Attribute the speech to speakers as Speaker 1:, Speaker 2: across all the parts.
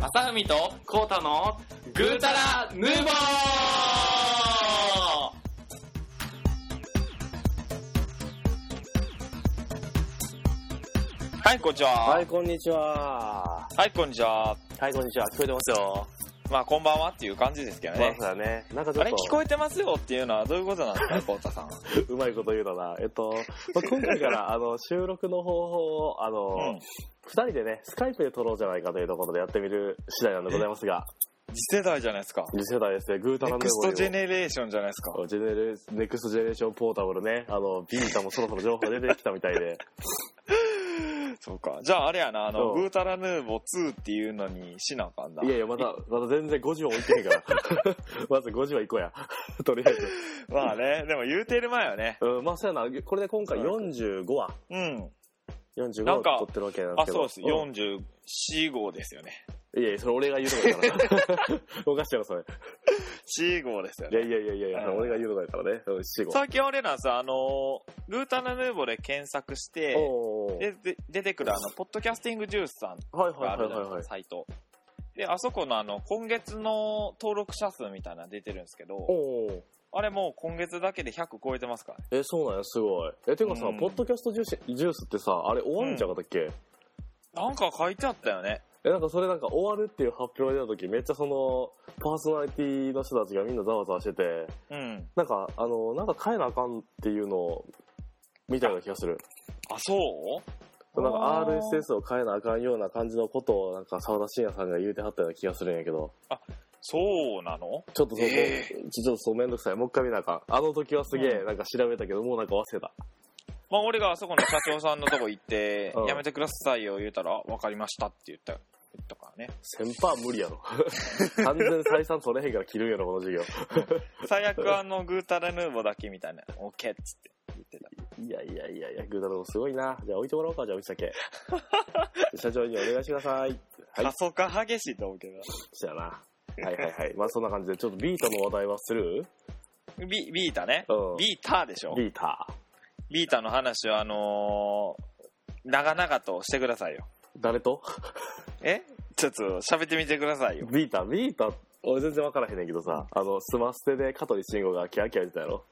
Speaker 1: 朝海とコータのグータラヌーボー
Speaker 2: はい、こんにちは。は、
Speaker 3: はいい、こんにちは。
Speaker 2: こんにちは。
Speaker 3: はい、こんにちは。聞こえてますよ。
Speaker 2: まあ、こんばんはっていう感じですけど
Speaker 3: まあ
Speaker 2: ね
Speaker 3: そう。だね。なんかちょ
Speaker 2: あ
Speaker 3: っ
Speaker 2: れ、聞
Speaker 3: と、
Speaker 2: こえてますよっていうのはどういうことなんですか、コータさん。
Speaker 3: うまいこと言うだな。えっと、まあ、今回か らあの収録の方法を、あ
Speaker 2: うん
Speaker 3: の、二、人でね、スカイプで撮ろうじゃないかというところでやってみる次第なんでございますが、
Speaker 2: 次世代じゃないですか。
Speaker 3: 次世代ですね、グータ
Speaker 2: ネ
Speaker 3: ラ
Speaker 2: クストジェ
Speaker 3: ネ
Speaker 2: ネレーションじゃないですか。
Speaker 3: ジェネレネクストジェネレーションポータブルね、あの、ビータもそろそろ情報出てきたみたい で、
Speaker 2: そうか。じゃあ、あれやな、あの、
Speaker 3: そう
Speaker 2: グータラヌーボ2っていうのにしなあかんな。
Speaker 3: いやいや、また、また全然50は置いてへんから、 まず50は行こうや。 とりあえず。
Speaker 2: まあね、でも言うてる前はね。
Speaker 3: うん、まあそうやな、これで今回45話、
Speaker 2: うん。
Speaker 3: 45
Speaker 2: なん
Speaker 3: 話
Speaker 2: か
Speaker 3: 撮ってるわけなんで
Speaker 2: あ、
Speaker 3: すけど。
Speaker 2: そうです。
Speaker 3: ん
Speaker 2: 44号ですよね。
Speaker 3: いやいや、それ俺が言うとこやから。 おかしいやろ、それ。
Speaker 2: 4号ですよ
Speaker 3: い
Speaker 2: ね。
Speaker 3: やいやいやいやいや、それ俺が言うとこやからね。うん、死後。
Speaker 2: 最近あれなんですよ、あの、グータラヌーボで検索して、
Speaker 3: おー
Speaker 2: でで出てくるあの、ポッドキャスティングジュースさん
Speaker 3: はい
Speaker 2: が
Speaker 3: は
Speaker 2: あ
Speaker 3: いは
Speaker 2: る
Speaker 3: い
Speaker 2: じゃない
Speaker 3: は
Speaker 2: で
Speaker 3: い
Speaker 2: すか
Speaker 3: はい。
Speaker 2: サイト。で、あそこのあの、今月の登録者数みたいなの出てるんですけど、
Speaker 3: おー
Speaker 2: あれもう今月だけで100超えてますからね。
Speaker 3: え、そうなんや、すごい。え、てかさ
Speaker 2: うん、
Speaker 3: ポッドキャストジュースジュースってさ、あれ終わるんちゃうかったっけ
Speaker 2: なんか書いてあったよね。
Speaker 3: え、なんかそれなんか終わるっていう発表が出た時、めっちゃその、パーソナリティの人たちがみんなざわざわしてて、
Speaker 2: うん。
Speaker 3: なんか、あの、なんか帰らあかんっていうのを、みたいな気がする。
Speaker 2: あ、そう
Speaker 3: なんか
Speaker 2: あー
Speaker 3: RSS を変えなあかんような感じのことを、なんか沢田信也さんが言うてはったような気がするんやけど。
Speaker 2: そうなの
Speaker 3: ちょっとそこ、
Speaker 2: え
Speaker 3: ちょっとそうめんどくさい。もう一回見なあかん。あの時はすげえ、
Speaker 2: うん
Speaker 3: なんか調べたけど、もうなんか忘れた。
Speaker 2: まあ俺があそこの社長さんのとこ行って
Speaker 3: う、ん
Speaker 2: やめてくださいよ言うたら、わかりましたって言った、言ったからね。
Speaker 3: 1000%無理やろ。 完全採算取れへんから切るんやろ、この授業。
Speaker 2: 最悪あの、グータラヌーボだけみたいな、オッケーっつって言ってた。
Speaker 3: いやいやいやいや、グータローすごいな。じゃあ置いてもらおうか、じゃあ、お先社長にお願いしてください。はい
Speaker 2: 過、疎化激しいと思うけ
Speaker 3: そうやな。はいはいはい。まあそんな感じで、ちょっとビータの話題はする
Speaker 2: ど。ビ、ビータね。
Speaker 3: うん。
Speaker 2: ビーターでしょ
Speaker 3: ビータ。
Speaker 2: ビータの話はあのー長々としてくださいよ。
Speaker 3: 誰と
Speaker 2: えちょっと喋ってみてくださいよ。
Speaker 3: ビータ、ビータ、俺全然わからへんねんけどさ、あの、スマステで香取慎吾がキャーキャー言ってたやろ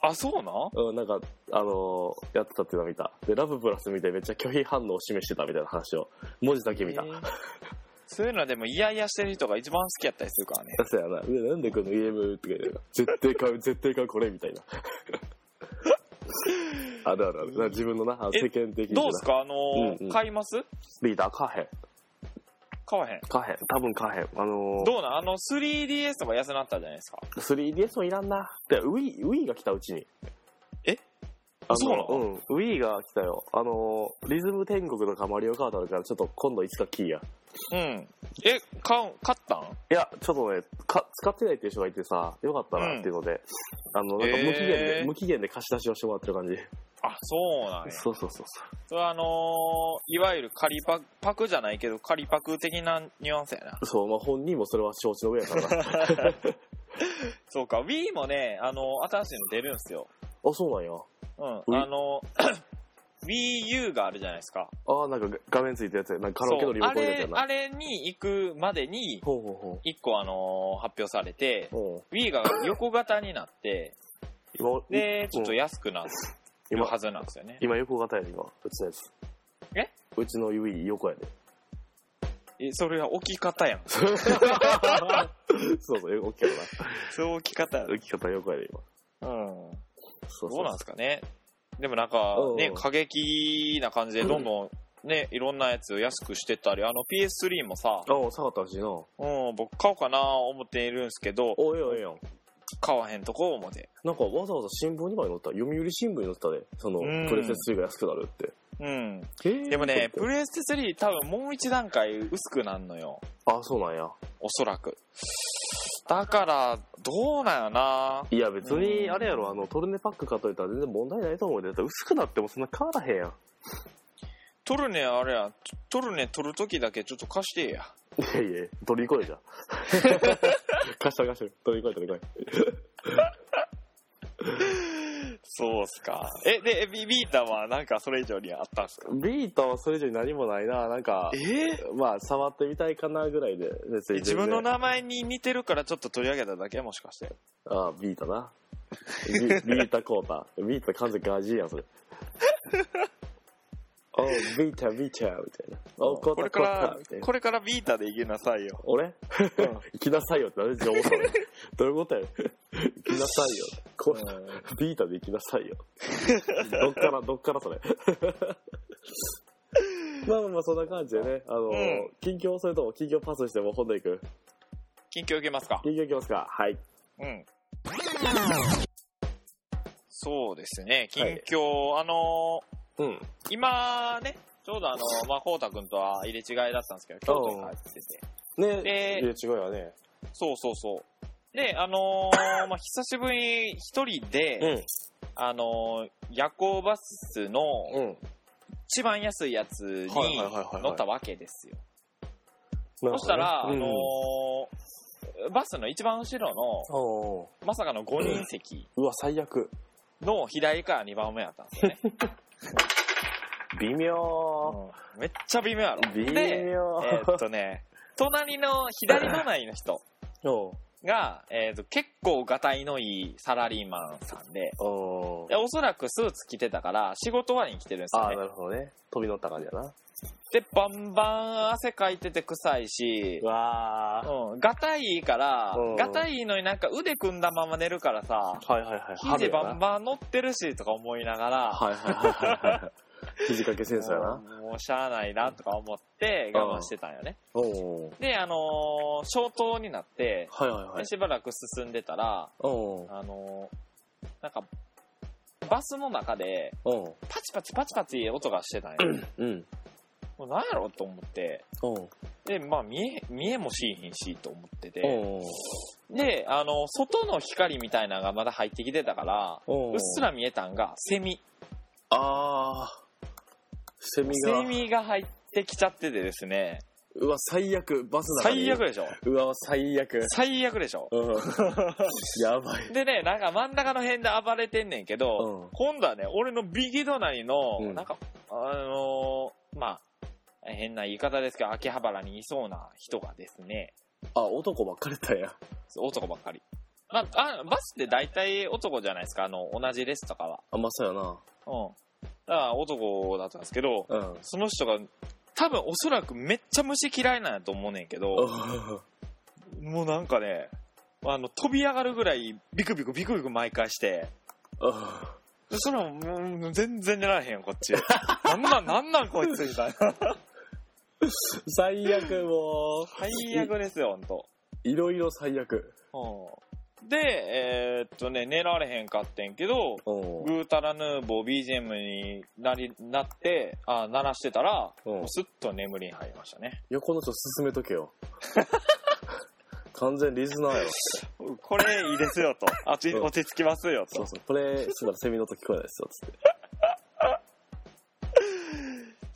Speaker 2: あ、そうなん
Speaker 3: うん、なんか、あのーやってたっていうのを見た。で、ラブプラス見てめっちゃ拒否反応を示してたみたいな話を、文字だけ見た。
Speaker 2: えーそういうのでもイヤイヤしてる人が一番好きやったりするからね。
Speaker 3: そうやな。で、なんでこの EM って言うの絶対買う、 絶対買うこれみたいな。 あるあるある。なんか自分のな、あの
Speaker 2: え
Speaker 3: 世間的にな。
Speaker 2: どうすかあのー
Speaker 3: うんうん
Speaker 2: 買います
Speaker 3: リーダー、買わへん。
Speaker 2: 買わへん。
Speaker 3: 買わへん。多分買わへん。あの
Speaker 2: どうなんあの 3DS とか安なったじゃないですか。
Speaker 3: ー、3DS もいらんな。で、Wii、Wii が来たうちに。
Speaker 2: え
Speaker 3: あの
Speaker 2: そうなの
Speaker 3: うん。Wii が来たよ。あのー、リズム天国とかマリオカートあるから、ちょっと今度いつかキーや。
Speaker 2: うん。え、買う、買ったん
Speaker 3: いや、ちょっとね、か使ってないっていう人がいてさ、よかったなっていうので、あの、なんか無期限で、
Speaker 2: えー
Speaker 3: 無期限で貸し出しをしてもらってる感じ。
Speaker 2: あ、そうなんや。
Speaker 3: そうそうそうそ
Speaker 2: それはあのーいわゆる仮パク、パクじゃないけど、仮パク的なニュアンスやな。
Speaker 3: う。そう、まあ本人もそれは承知の上やか らな。あ、
Speaker 2: そうか、Wii もね、あのー新しいの出るんすよ。
Speaker 3: そうなんや。
Speaker 2: うん、あの、Wii U があるじゃないですか。
Speaker 3: ああ、なんか画面ついたやつやなんかカラオケのリモコンや
Speaker 2: そ
Speaker 3: つや
Speaker 2: うあれ、
Speaker 3: な。
Speaker 2: あれに行くまでに、
Speaker 3: ほうほ
Speaker 2: 一個あのー発表されて
Speaker 3: う、ほう。うん。
Speaker 2: Wii が横型になって、
Speaker 3: 今、
Speaker 2: で、
Speaker 3: ん
Speaker 2: ちょっと安くなるは
Speaker 3: 今、
Speaker 2: ずなんですよね。
Speaker 3: 今横型やね今。うちのやつ。
Speaker 2: え
Speaker 3: うちの指横やで。
Speaker 2: え、それは置き方や ん。
Speaker 3: そうそう、大きいやろな。
Speaker 2: そういう置き方やん。うん。
Speaker 3: 大きかった横やで、今。そう
Speaker 2: どうなん
Speaker 3: そ
Speaker 2: ですかね。でもなんか
Speaker 3: うんう、ん
Speaker 2: ね、過激な感じでどんどん、ね、いろんなやつを安くしてったり、あの PS3 もさ、
Speaker 3: う。ああ、下がったらしいな。お
Speaker 2: うん、僕買おうかな思っているんですけど、
Speaker 3: ええやんええやん。
Speaker 2: 買わへんとこ思って。
Speaker 3: なんかわざわざ新聞にまで載った読売新聞に載ったで、その、
Speaker 2: うん
Speaker 3: プレセス3が安くなるって。
Speaker 2: うん。
Speaker 3: えー
Speaker 2: でもね、
Speaker 3: と思
Speaker 2: プ
Speaker 3: って
Speaker 2: レステ3多分もう一段階薄くなんのよ。
Speaker 3: あ、そうなんや。
Speaker 2: おそらく。だから、どうなんやない
Speaker 3: や、別
Speaker 2: う
Speaker 3: に、
Speaker 2: ん
Speaker 3: あれやろ、あの、トルネパック買っといたら全然問題ないと思うで、だって薄くなってもそんな変わらへんやん。
Speaker 2: 取るね、あれや。取るね、取るときだけちょっと貸してや。
Speaker 3: いやいや、取りに来いじゃん。 貸した貸した、取りに来い取りに来い。
Speaker 2: そうっすか。え、で、ビビータはなんかそれ以上にあったんすか
Speaker 3: ビータはそれ以上に何もないな。なんか、
Speaker 2: え
Speaker 3: まあ、触ってみたいかなぐらいで、別に
Speaker 2: 自
Speaker 3: 全然
Speaker 2: 分の名前に似てるからちょっと取り上げただけもしかして。
Speaker 3: ああ、ビータな。ビビータコータ。ビータ完全ガジー やん、それ。おう、ビータ、ビータ、みたいな。おう、コー
Speaker 2: これ
Speaker 3: タ、
Speaker 2: か
Speaker 3: コータ
Speaker 2: ら、、
Speaker 3: みたいな。
Speaker 2: これからビータで行けなさいよ。
Speaker 3: 俺行きなさいよって何で思ったのどういうことやねん行きなさいよ。こビータで行き なさいよ。どっから、どっからそれ。まあまあまあそんな感じでね、あの、
Speaker 2: うん
Speaker 3: 近況それとも近況パスしても本題行く
Speaker 2: 近況受けますか。
Speaker 3: 近況いきますかはい。
Speaker 2: うん。そうですね、近況、あの
Speaker 3: うん。
Speaker 2: ー今ね、ちょうどあのー、まあ、こうたくんとは入れ違いだったんですけど、京都に帰ってて。
Speaker 3: ね、
Speaker 2: で
Speaker 3: いや違うよね。
Speaker 2: そうそうそう。で、あのー まあ、久しぶりに一人で、
Speaker 3: うん。
Speaker 2: あのー夜行バスの
Speaker 3: うん。
Speaker 2: 一番安いやつに
Speaker 3: はいはいはいはいはい
Speaker 2: 乗ったわけですよ。
Speaker 3: そ
Speaker 2: そしたら、
Speaker 3: うん、
Speaker 2: あのーバスの一番後ろの、
Speaker 3: おー
Speaker 2: まさかの5人席
Speaker 3: うわ、最悪。
Speaker 2: の左から2番目やったんですよね。
Speaker 3: 微妙。
Speaker 2: めっちゃ微妙やろ。
Speaker 3: 微妙。
Speaker 2: で、えーっとね、隣の左隣の人
Speaker 3: お
Speaker 2: が、えーっと結構がたいのいいサラリーマンさんで、
Speaker 3: うおう
Speaker 2: でおそらくスーツ着てたから仕事終わりに来てるんです
Speaker 3: あ
Speaker 2: よ
Speaker 3: あ、
Speaker 2: ね
Speaker 3: なるほどね。飛び乗った感じやな。
Speaker 2: でバンバン汗かいてて臭いし
Speaker 3: うわー
Speaker 2: うんがたいいいから
Speaker 3: うん
Speaker 2: がたいいいのになんか腕組んだまま寝るからさ
Speaker 3: はいはいはい。
Speaker 2: 肘
Speaker 3: 春やな
Speaker 2: バンバン乗ってるしとか思いながら
Speaker 3: はいはいはいはいはい。肘掛けセンサーやな。
Speaker 2: うんもうしゃあないなとか思って我慢してたんよね
Speaker 3: おお。
Speaker 2: であのー消灯になって
Speaker 3: はいはいは
Speaker 2: で
Speaker 3: い。
Speaker 2: しばらく進んでたら
Speaker 3: おお。
Speaker 2: あのーなんかバスの中で
Speaker 3: おお。
Speaker 2: パチパチパチパチ音がしてたんよ
Speaker 3: うん。
Speaker 2: もう何やろと思って
Speaker 3: おお。
Speaker 2: で、まあ、見え、見えもしいひんし、と思ってて。
Speaker 3: お
Speaker 2: で、あの、外の光みたいなのがまだ入ってきてたから、
Speaker 3: お
Speaker 2: うっす。ら見えたんが、セミ。
Speaker 3: ああ。セミが
Speaker 2: セ。ミが入ってきちゃっててですね。
Speaker 3: うわ、最悪。バスだ
Speaker 2: 最悪。でしょ
Speaker 3: うわ、最悪。
Speaker 2: 最悪でしょ
Speaker 3: うん。やばい。
Speaker 2: でね、なんか真ん中の辺で暴れてんねんけど、
Speaker 3: うん。
Speaker 2: 今度はね、俺の右隣の、
Speaker 3: うん
Speaker 2: なんか、あのーまあ、変な言い方ですけど、秋葉原にいそうな人がですね、
Speaker 3: あ、男ばっかりだや。
Speaker 2: 男ばっかり。まあ、あバスって大体男じゃないですか、あの、同じ列とかは。
Speaker 3: あ、まあ、そうやな。
Speaker 2: うん。だから男だったんですけど、
Speaker 3: うん。
Speaker 2: その人が、多分おそらくめっちゃ虫嫌いなんやと思うねんけど、もうなんかね、あの、飛び上がるぐらいビクビクビクビク毎回して、でそれももう全然寝られへんよ、こっ ち。なんなん、なんなんこいつみたいな。
Speaker 3: 最悪も
Speaker 2: 最悪ですよ、ほんと。
Speaker 3: う。いろいろ最悪。
Speaker 2: うん。で、えーっとね、寝られへんかってんけど、
Speaker 3: お
Speaker 2: グータラヌーボー BGM になり、なって、あ、鳴らしてたら、
Speaker 3: うん
Speaker 2: もう。すっと眠りに入りましたね。
Speaker 3: 横の人進めとけよ。完全リスナーやろ。
Speaker 2: これいいですよと。あち
Speaker 3: うん
Speaker 2: 落ち着きますよ
Speaker 3: そ
Speaker 2: と
Speaker 3: う。そう。これしてたらセミの音聞こえないですよ、つって。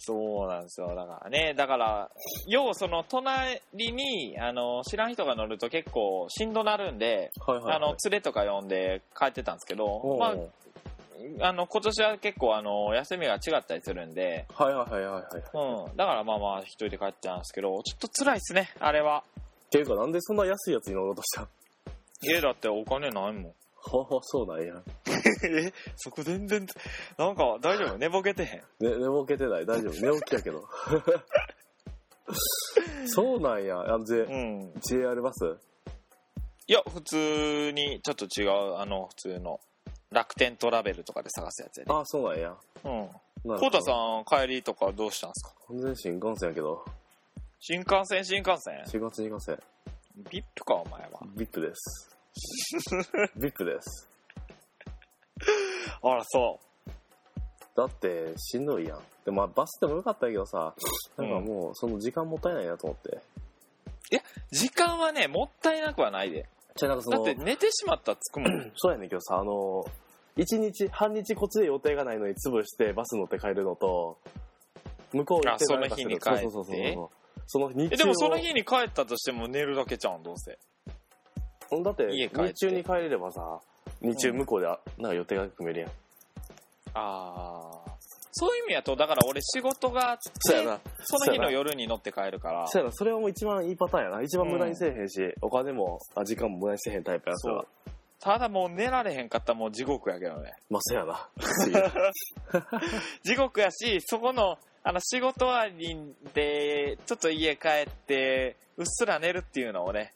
Speaker 2: そうなんですよ。だからね、だから、要はその隣に、あの、知らん人が乗ると結構しんどなるんで、
Speaker 3: はいはい、はい。
Speaker 2: あの、連れとか呼んで帰ってたんですけ
Speaker 3: お
Speaker 2: ど
Speaker 3: う、
Speaker 2: まあ、あの、今年は結構あの、休みが違ったりするんで、
Speaker 3: はいはいはいはいはい。
Speaker 2: うん。だからまあまあ、一人で帰っちゃうんですけど、ちょっと辛いっすね、あれは。
Speaker 3: っていうか、なんでそんな安いやつに乗ろうとしたん
Speaker 2: 家だってお金ないもん。
Speaker 3: ほうそうなんや。ね、
Speaker 2: え、そこ全然、なんか大丈夫寝ぼけてへん。
Speaker 3: 寝ぼけてない。大丈夫。寝起きやけ ど。そうなんや。あの、J、
Speaker 2: うん。
Speaker 3: JR バス
Speaker 2: いや、普通に、ちょっと違う、あの、普通の、楽天トラベルとかで探すやつやで。
Speaker 3: ああ、そうなんや。
Speaker 2: うん。
Speaker 3: なる
Speaker 2: コ
Speaker 3: ほ
Speaker 2: ウ
Speaker 3: ど
Speaker 2: タさん、帰りとかどうしたんすか
Speaker 3: 完全新幹線やけど。
Speaker 2: 新幹線、新幹線
Speaker 3: 新幹線、新幹線。
Speaker 2: ビップか、お前は。
Speaker 3: ビップです。 ビップです。
Speaker 2: あら、そ
Speaker 3: だって、しんどいやん。でも、まあ、バスでもよかったんやけどさ、なんかもう、その時間もったいないなと思って。
Speaker 2: う。時間はね、もったいなくはないで。
Speaker 3: じゃあなんかそ
Speaker 2: だっ
Speaker 3: の、
Speaker 2: て寝てしまったら着くも ん。
Speaker 3: そうやねんけどさ、あの、一日、半日こっちで予定がないのに潰してバス乗って帰るのと、向こう行って
Speaker 2: あ
Speaker 3: なん
Speaker 2: その
Speaker 3: かする
Speaker 2: 日に帰って
Speaker 3: そうそうそうそうその日
Speaker 2: え、
Speaker 3: 中
Speaker 2: でもその
Speaker 3: を
Speaker 2: 日に帰ったとしても寝るだけじゃん、どうせ。
Speaker 3: だって
Speaker 2: 家帰って
Speaker 3: 日中に帰れればさ日中向こうで、あなんか予定が組めるやん
Speaker 2: ああ。そういう意味やと、だから俺仕事があって、
Speaker 3: そうやな。
Speaker 2: その日の夜に乗って帰るから。
Speaker 3: そうやな、それはもう一番いいパターンやな。一番無駄にせえへんし、お金も、あ時間も無駄にせえへんタイプやから。
Speaker 2: ただもう寝られへんかったらもう地獄やけどね。
Speaker 3: まあ、そうや な。
Speaker 2: 地獄やし、そこの、あの、仕事終わりで、ちょっと家帰って、うっすら寝るっていうのをね、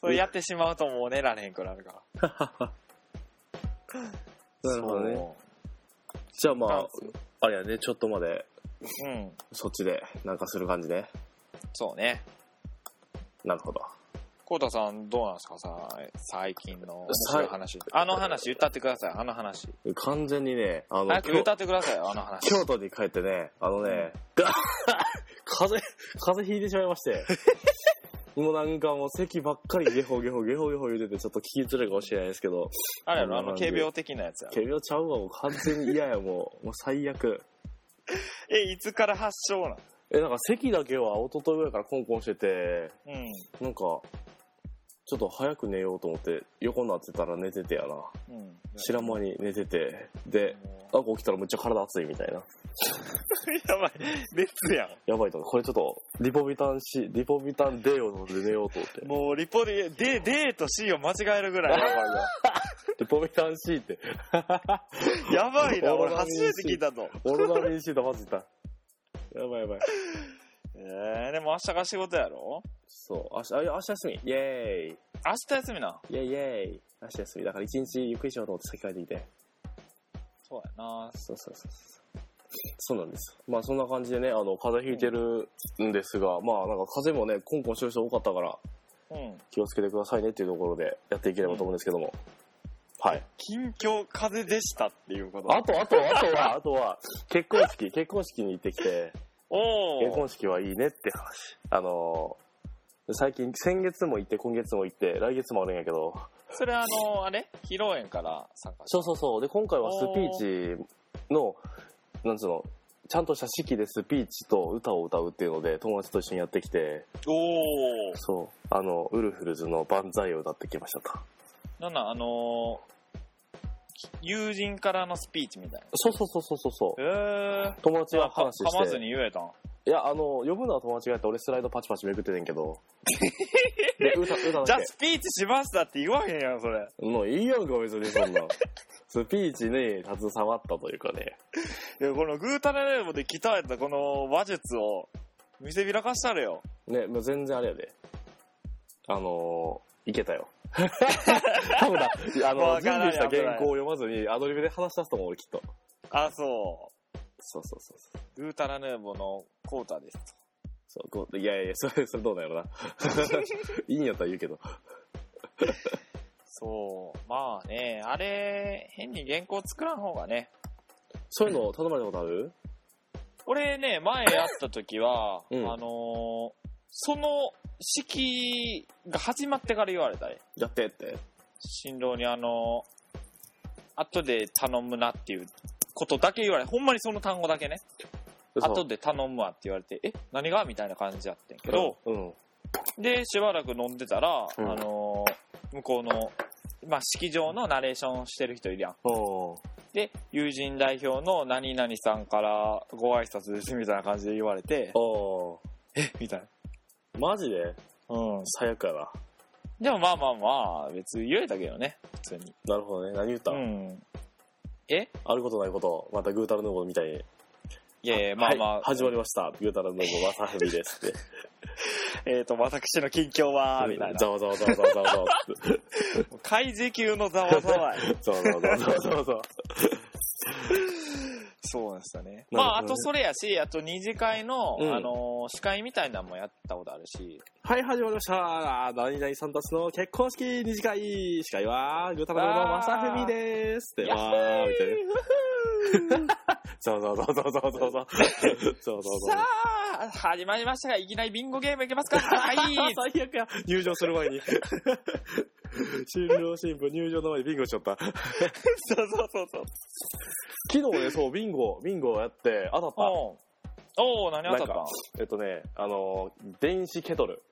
Speaker 2: それやってしまうともう寝られへんくなるから。
Speaker 3: なるほどね
Speaker 2: そ
Speaker 3: じゃあま
Speaker 2: う。
Speaker 3: あ、あれやね、ちょっとまで、
Speaker 2: うん。
Speaker 3: そっちで、なんかする感じね。
Speaker 2: そうね。
Speaker 3: なるほど。
Speaker 2: コウタさん、どうなんですかさ、最近の面
Speaker 3: さ
Speaker 2: 白い話。あの話、歌ってください、あの話。
Speaker 3: 完全にね、あの、
Speaker 2: 早く
Speaker 3: 京
Speaker 2: 歌ってください、あの話。
Speaker 3: 京都に帰ってね、あのね、が 風邪、風邪ひいてしまい まして。もうなんかもう咳ばっかりゲホゲホゲホゲホ言うててちょっと聞きづらいかもしれないですけど、
Speaker 2: あれやろ、あ
Speaker 3: あの
Speaker 2: の、軽病的なやつやろ。
Speaker 3: ケビオちゃうわもう完全に嫌やもう、もう最悪。
Speaker 2: え、いつから発症なん
Speaker 3: え、なんか咳だけは一昨日ぐらいからコンコンしてて、
Speaker 2: うん。
Speaker 3: なんか、ちょっと早く寝ようと思って横になってたら寝ててやな。
Speaker 2: うん。
Speaker 3: 知らん間に寝てて、で、
Speaker 2: も
Speaker 3: なんか起きたらめっちゃ体熱いみたいな。
Speaker 2: う やばい。熱や
Speaker 3: やばいと思ってこれちょっと、リポビタン C、リポビタン D を飲んで寝ようと 思って
Speaker 2: ん。。もう、リポで、で、でと C を間違えるぐらいやばいわ。
Speaker 3: リポビタン C って、
Speaker 2: やば いな、
Speaker 3: オロ
Speaker 2: 俺
Speaker 3: ナミン C
Speaker 2: 初めて聞いたぞ。
Speaker 3: オロナミン C と混ぜた。やばいやばい。
Speaker 2: えー、でも明日が仕事やろ
Speaker 3: そう、明日、あいや明日休み。イェーイ。
Speaker 2: 明日休みな。
Speaker 3: イェイイェイ。明日休み。だから一日ゆっくりしようと思って先帰ってきて。
Speaker 2: そうやな。
Speaker 3: そうそうそうそう。そうなんです。まあそんな感じでね、あの、風邪ひいてるんですが、まあなんか風邪もね、コンコンしてる人多かったから、
Speaker 2: うん。
Speaker 3: 気をつけてくださいねっていうところでやっていければと思うんですけども。はい。
Speaker 2: 近況風邪でしたっていうこと。
Speaker 3: あと、あと、あとは、 あとは、結婚式、結婚式に行ってきて、
Speaker 2: お
Speaker 3: 結
Speaker 2: ー。
Speaker 3: 婚式はいいねって話。あのー最近、先月も行って、今月も行って、来月もあるんやけど。
Speaker 2: それあの、あれ披露宴から参加した
Speaker 3: そうそうそう。で、今回はスピーチの、なんつうの、ちゃんとした式でスピーチと歌を歌うっていうので、友達と一緒にやってきて、
Speaker 2: おー。
Speaker 3: そう、あの、ウルフルズの万歳を歌ってきましたと。
Speaker 2: なんなん、あのー友人からのスピーチみたいな。
Speaker 3: そうそうそうそうそうそう。
Speaker 2: えー。
Speaker 3: 友達
Speaker 2: じゃ
Speaker 3: が
Speaker 2: あ、か噛
Speaker 3: 話
Speaker 2: ま
Speaker 3: し
Speaker 2: ず
Speaker 3: て。
Speaker 2: に言えたん。
Speaker 3: いや、あの、呼ぶのは友達がやって、俺スライドパチパチめくっててんけ ど。で、歌、歌
Speaker 2: じゃ
Speaker 3: だ
Speaker 2: あ
Speaker 3: け。
Speaker 2: スピーチしましたって言わへんやん、それ。
Speaker 3: もういいやんか、別にそんな。スピーチに携わったというかね。
Speaker 2: いや、このグータラレーボで鍛えたこの話術を見せびらかしたれよ。
Speaker 3: ね、もう全然あれやで。あのー、いけ たよ。多分だ、あ
Speaker 2: わ
Speaker 3: の、準
Speaker 2: からない
Speaker 3: 備した原稿を読まずにアドリブで話し出すと思う、俺きっと。
Speaker 2: あ、そ
Speaker 3: そうそうそうそ
Speaker 2: う。
Speaker 3: う。
Speaker 2: グータラヌーボのコータですと。
Speaker 3: そうこういやいやいや、それ、それどうなん やろな。いいんやったら言うけど。
Speaker 2: そう。まあね、あれ、変に原稿作らん方がね。
Speaker 3: そういうの頼まれたことある
Speaker 2: 俺ね、前やった時は、
Speaker 3: うん
Speaker 2: あのーその式が始まってから言われたね。
Speaker 3: やってって。
Speaker 2: 新郎にあのー後で頼むなっていうことだけ言われ、ほんまにその単語だけね。後
Speaker 3: で
Speaker 2: で頼むわって言われて、え、何がみたいな感じやってんけど、
Speaker 3: うん。
Speaker 2: で、しばらく飲んでたら、
Speaker 3: うん
Speaker 2: あのー向こうの、まあ、式場のナレーションしてる人いるやん。
Speaker 3: おー
Speaker 2: で、友人代表の何々さんからご挨拶ですみたいな感じで言われて、
Speaker 3: お
Speaker 2: えみたい
Speaker 3: ーマジで
Speaker 2: な。うん。
Speaker 3: 最悪やな。
Speaker 2: でもまあまあまあ、別に言えたけどね、普通に。
Speaker 3: なるほどね。何言った、
Speaker 2: うん。え
Speaker 3: あることないこと、またグータラヌーボーみたいに。
Speaker 2: いやいや、まあまあ、
Speaker 3: はい始まりました。グータラヌーボー、わさはみです って。
Speaker 2: えっ、と、私の近況は、みたいな
Speaker 3: ざ。わざわざわざわざわざわって。
Speaker 2: 開示級のざわざわ や。
Speaker 3: ざわざわざわざわざわざわ。
Speaker 2: そうなんですよね。
Speaker 3: ほ
Speaker 2: ま
Speaker 3: どね
Speaker 2: あ、あとそれやし、あと二次会の、
Speaker 3: うん
Speaker 2: あのー司会みたいなのもやったことあるし、
Speaker 3: はい、始まりました。何々さんたちの結婚式二次会。司会は、グータラヌーボー、わさはみですって。
Speaker 2: やっほー
Speaker 3: わー、みたいな。ざわざわざわざわざわざわざわ。ざわざわざわざ
Speaker 2: さ
Speaker 3: わ。
Speaker 2: あ、始まりましたが、いきなりビンゴゲームいけますかはい
Speaker 3: 最 悪や。入場する前に。新郎新婦入場の前にビンゴしちゃった。
Speaker 2: そうそうそうそう。
Speaker 3: 昨日ね、そう、ビンゴ、ビンゴをやって、当たっ
Speaker 2: おうおう何当たった
Speaker 3: なんた。えっとね、あのー、電子ケトル、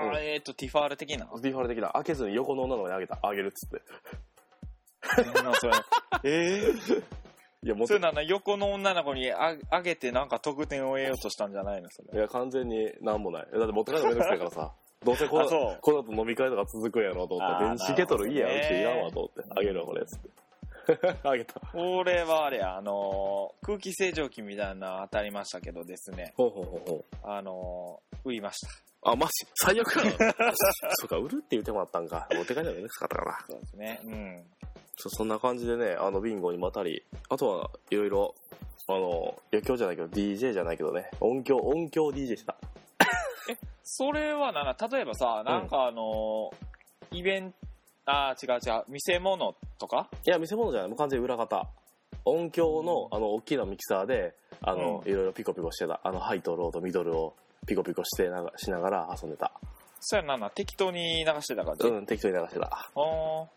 Speaker 2: あ
Speaker 3: うん
Speaker 2: ー、えっと、ティファール的な。
Speaker 3: ビーファル的な、開けずに横の女の子にあげた、あげるっつって。
Speaker 2: 変な それ。ええ
Speaker 3: いや、もっ
Speaker 2: それ
Speaker 3: と、い
Speaker 2: なんだ、横の女の子にああげてなんか得点を得ようとしたんじゃないのそれ。
Speaker 3: や、完全になんもない。だって持って帰るのめんどくさいか らさ。どうせこ
Speaker 2: あそう
Speaker 3: のこの後飲み会とか続くんやろうと思って、
Speaker 2: あー
Speaker 3: 電子ケトルいいやん、
Speaker 2: な
Speaker 3: う
Speaker 2: るほ
Speaker 3: ち
Speaker 2: どね
Speaker 3: いらんわと思って、あげるわ、これ、つって。 あげた。
Speaker 2: 俺はあれや、あのー空気清浄機みたいなの当たりましたけどですね、
Speaker 3: ほうほうほうほう。
Speaker 2: あのー売りました。
Speaker 3: あ、マジ最悪やな そうか、売るっていう手もあったんか。持って帰るのめんどくさかったから。
Speaker 2: そうですね。うん。
Speaker 3: そうそんな感じでね、あの、ビンゴにまたり、あとは、いろいろ、あの、余興じゃないけど、DJ じゃないけどね、音響、音響 DJ した。
Speaker 2: それはなんか、例えばさ、なんかあのーイベント、あー違う違う、見せ物とか
Speaker 3: いや、見せ物じゃない、もう完全に裏方。音響の、あの、大きなミキサーで、あの、いろいろピコピコしてた。あの、ハイとローとミドルをピコピコしてながしながら遊んでた。
Speaker 2: そやなんなん、適当に流してた感じ。
Speaker 3: うん、適当に流してた。
Speaker 2: ああ、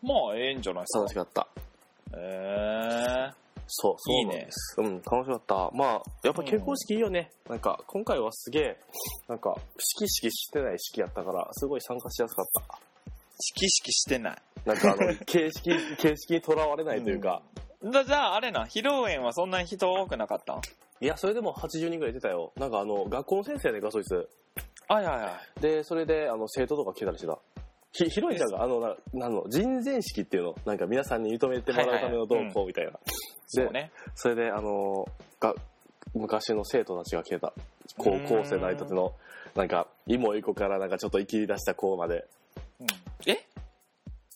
Speaker 2: まあ、ええんじゃない
Speaker 3: 楽
Speaker 2: で
Speaker 3: し
Speaker 2: すか。
Speaker 3: かった。
Speaker 2: ええ
Speaker 3: そう、そうなんです。うん、楽しかった。まあ、やっぱ結婚式いいよね。なんか、今回はすげえ、なんか、式式してない式やったから、すごい参加しやすかった。
Speaker 2: しきしきしてない。
Speaker 3: なんか あの、形式、形式にとらわれないというか、
Speaker 2: だじゃあ、あれな、披露宴はそんなに人多くなかったん
Speaker 3: いや、それでも80人ぐらい出たよ。なんかあの、学校の先生やねんか、そいつ。
Speaker 2: はいはいはい。
Speaker 3: で、それで、あの、生徒とか来てたりしてた。ひ、ひろいちゃんが、あの、ななんの、人前式っていうの、なんか皆さんに認めてもらうためのどうこうみたいな。
Speaker 2: そうね。
Speaker 3: それで、あの、が、昔の生徒たちが来てた。高校生の間ての、なんか、いもいこからなんかちょっと生きり出した子まで。
Speaker 2: うん、え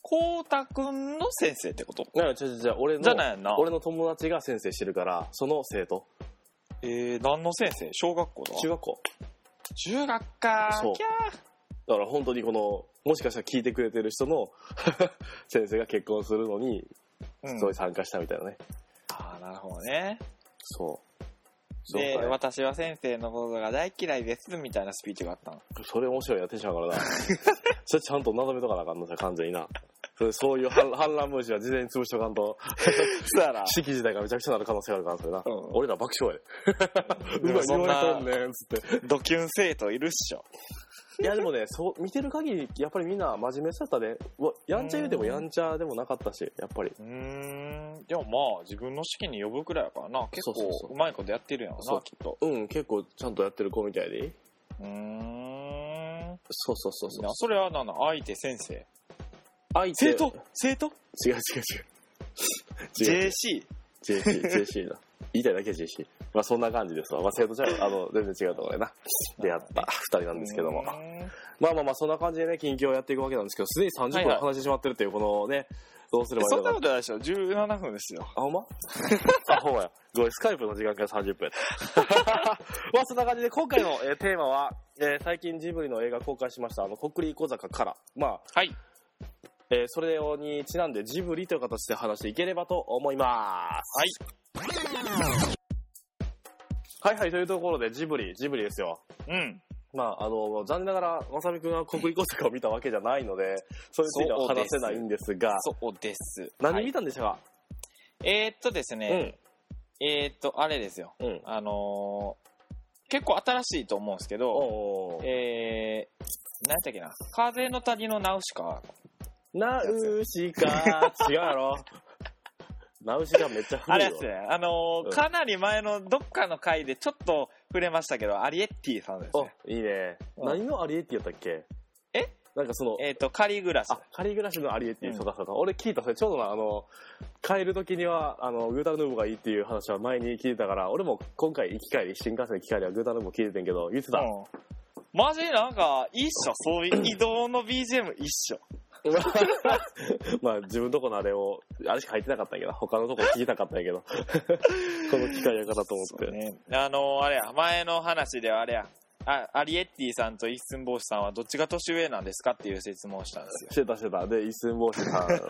Speaker 2: こうたくんの先生ってこと
Speaker 3: いや、違う違う違う、俺
Speaker 2: じゃ
Speaker 3: の、
Speaker 2: ないやんな。
Speaker 3: 俺の友達が先生してるから、その生徒、
Speaker 2: えー、何の先生小学校だ。
Speaker 3: 中学校。
Speaker 2: 中学か
Speaker 3: そう
Speaker 2: キャー
Speaker 3: だから本当にこの、もしかしたら聞いてくれてる人の 先生が結婚するのに、
Speaker 2: うん
Speaker 3: すごい参加したみたいなね。
Speaker 2: ああ、なるほどね。
Speaker 3: そう。そう
Speaker 2: で、
Speaker 3: だね
Speaker 2: 私は先生のことが大嫌いです、みたいなスピーチがあったの。
Speaker 3: それ面白いな、テンション 上がるな。それちゃんとなだめとかなあかんのさ、完全にな。それそういう 反反乱分子は事前に潰しとかんと、
Speaker 2: そうやな。
Speaker 3: 式自体がめちゃくちゃなる可能性があるから、それな。
Speaker 2: うん
Speaker 3: 俺ら爆笑
Speaker 2: で
Speaker 3: や で。うま
Speaker 2: も
Speaker 3: い
Speaker 2: そ
Speaker 3: 言
Speaker 2: ん
Speaker 3: われと
Speaker 2: なん
Speaker 3: ねん、つって。
Speaker 2: ドキュン生徒いるっしょ。
Speaker 3: いや、でもね、そう、見てる限り、やっぱりみんな真面目そうやったね。うわやんちゃ言うてもやんちゃでもなかったし、やっぱり。
Speaker 2: うーん。でもまあ、自分の式に呼ぶくらいやからな。結構
Speaker 3: そうそうそう
Speaker 2: うまいことやってるやんな、
Speaker 3: そう
Speaker 2: きっと。
Speaker 3: うん、結構ちゃんとやってる子みたいで。
Speaker 2: うーん。
Speaker 3: そうそうそうそう
Speaker 2: な。それはなんだ、相手先生。
Speaker 3: 相手
Speaker 2: 生徒生徒
Speaker 3: 違う違 う違う。違う
Speaker 2: ?JC?
Speaker 3: JC、JC だ。言いたいだけ JC。まあそんな感じですわ。まあ生徒じゃあの、全然違うところでな。出会った二人なんですけども。
Speaker 2: うーん
Speaker 3: まあまあまあそんな感じでね、近況をやっていくわけなんですけど、すでに30分
Speaker 2: はいはい
Speaker 3: 話してしまってるっていう、このね、どうすればい
Speaker 2: そ
Speaker 3: いの
Speaker 2: んな
Speaker 3: か
Speaker 2: こ。とないでしょ。17分ですよ。
Speaker 3: あ、ほんまあ、ほんまや。ごめん、スカイプの時間から30分。 まあそんな感じで今回の、えーテーマは、えー最近ジブリの映画公開しました、あの、コックリ小坂から。まあ、
Speaker 2: はい。
Speaker 3: えーそれにちなんでジブリという形で話していければと思います。
Speaker 2: はい。
Speaker 3: はいはい、というところでジブリ、ジブリですよ。
Speaker 2: うん。
Speaker 3: まあ、あの、残念ながら、まさみくんは国立小坂を見たわけじゃないので、それについては
Speaker 2: そうで
Speaker 3: 話
Speaker 2: す
Speaker 3: せないんですが、
Speaker 2: そうです。は
Speaker 3: 何
Speaker 2: い
Speaker 3: 見たんでしたか、
Speaker 2: えーっとですね、えーっと、あれですよ。
Speaker 3: うん。うん。
Speaker 2: あのー結構新しいと思うんですけど、
Speaker 3: おー
Speaker 2: えー、何やったっけな。風の谷のナウシカ。
Speaker 3: ナウシカ、違うや ろ。ナウシカめっちゃ
Speaker 2: あ
Speaker 3: 古い
Speaker 2: れ
Speaker 3: よ
Speaker 2: ですね。あのー
Speaker 3: うん
Speaker 2: かなり前のどっかの回でちょっと触れましたけど、アリエッティさんですね。
Speaker 3: お、いいね。
Speaker 2: うん
Speaker 3: 何のアリエッティやったっけ
Speaker 2: え
Speaker 3: なんかその、
Speaker 2: えーっと、カリグラス。
Speaker 3: あ、仮暮らしのアリエッティ、そうだそうだ。俺聞いた、それちょうどな、あの、帰る時には、あの、グータラヌーボがいいっていう話は前に聞いてたから、俺も今回行き帰り、新幹線の行き帰りはグータラヌーボ聞いててんけど、言ってた。
Speaker 2: うん、マジなんか、一緒。そういう移動の BGM 一緒。
Speaker 3: まあ自分とこのあれを、あれしか入ってなかったんやけど、他のとこ聞きたかったんやけど、 この機会やからと思って。
Speaker 2: ね、あのあれや前の話ではあれやあアリエッティさんと一寸法師さんはどっちが年上なんですかっていう質問をしたんですよ
Speaker 3: してたしてた。で、一寸帽子さん、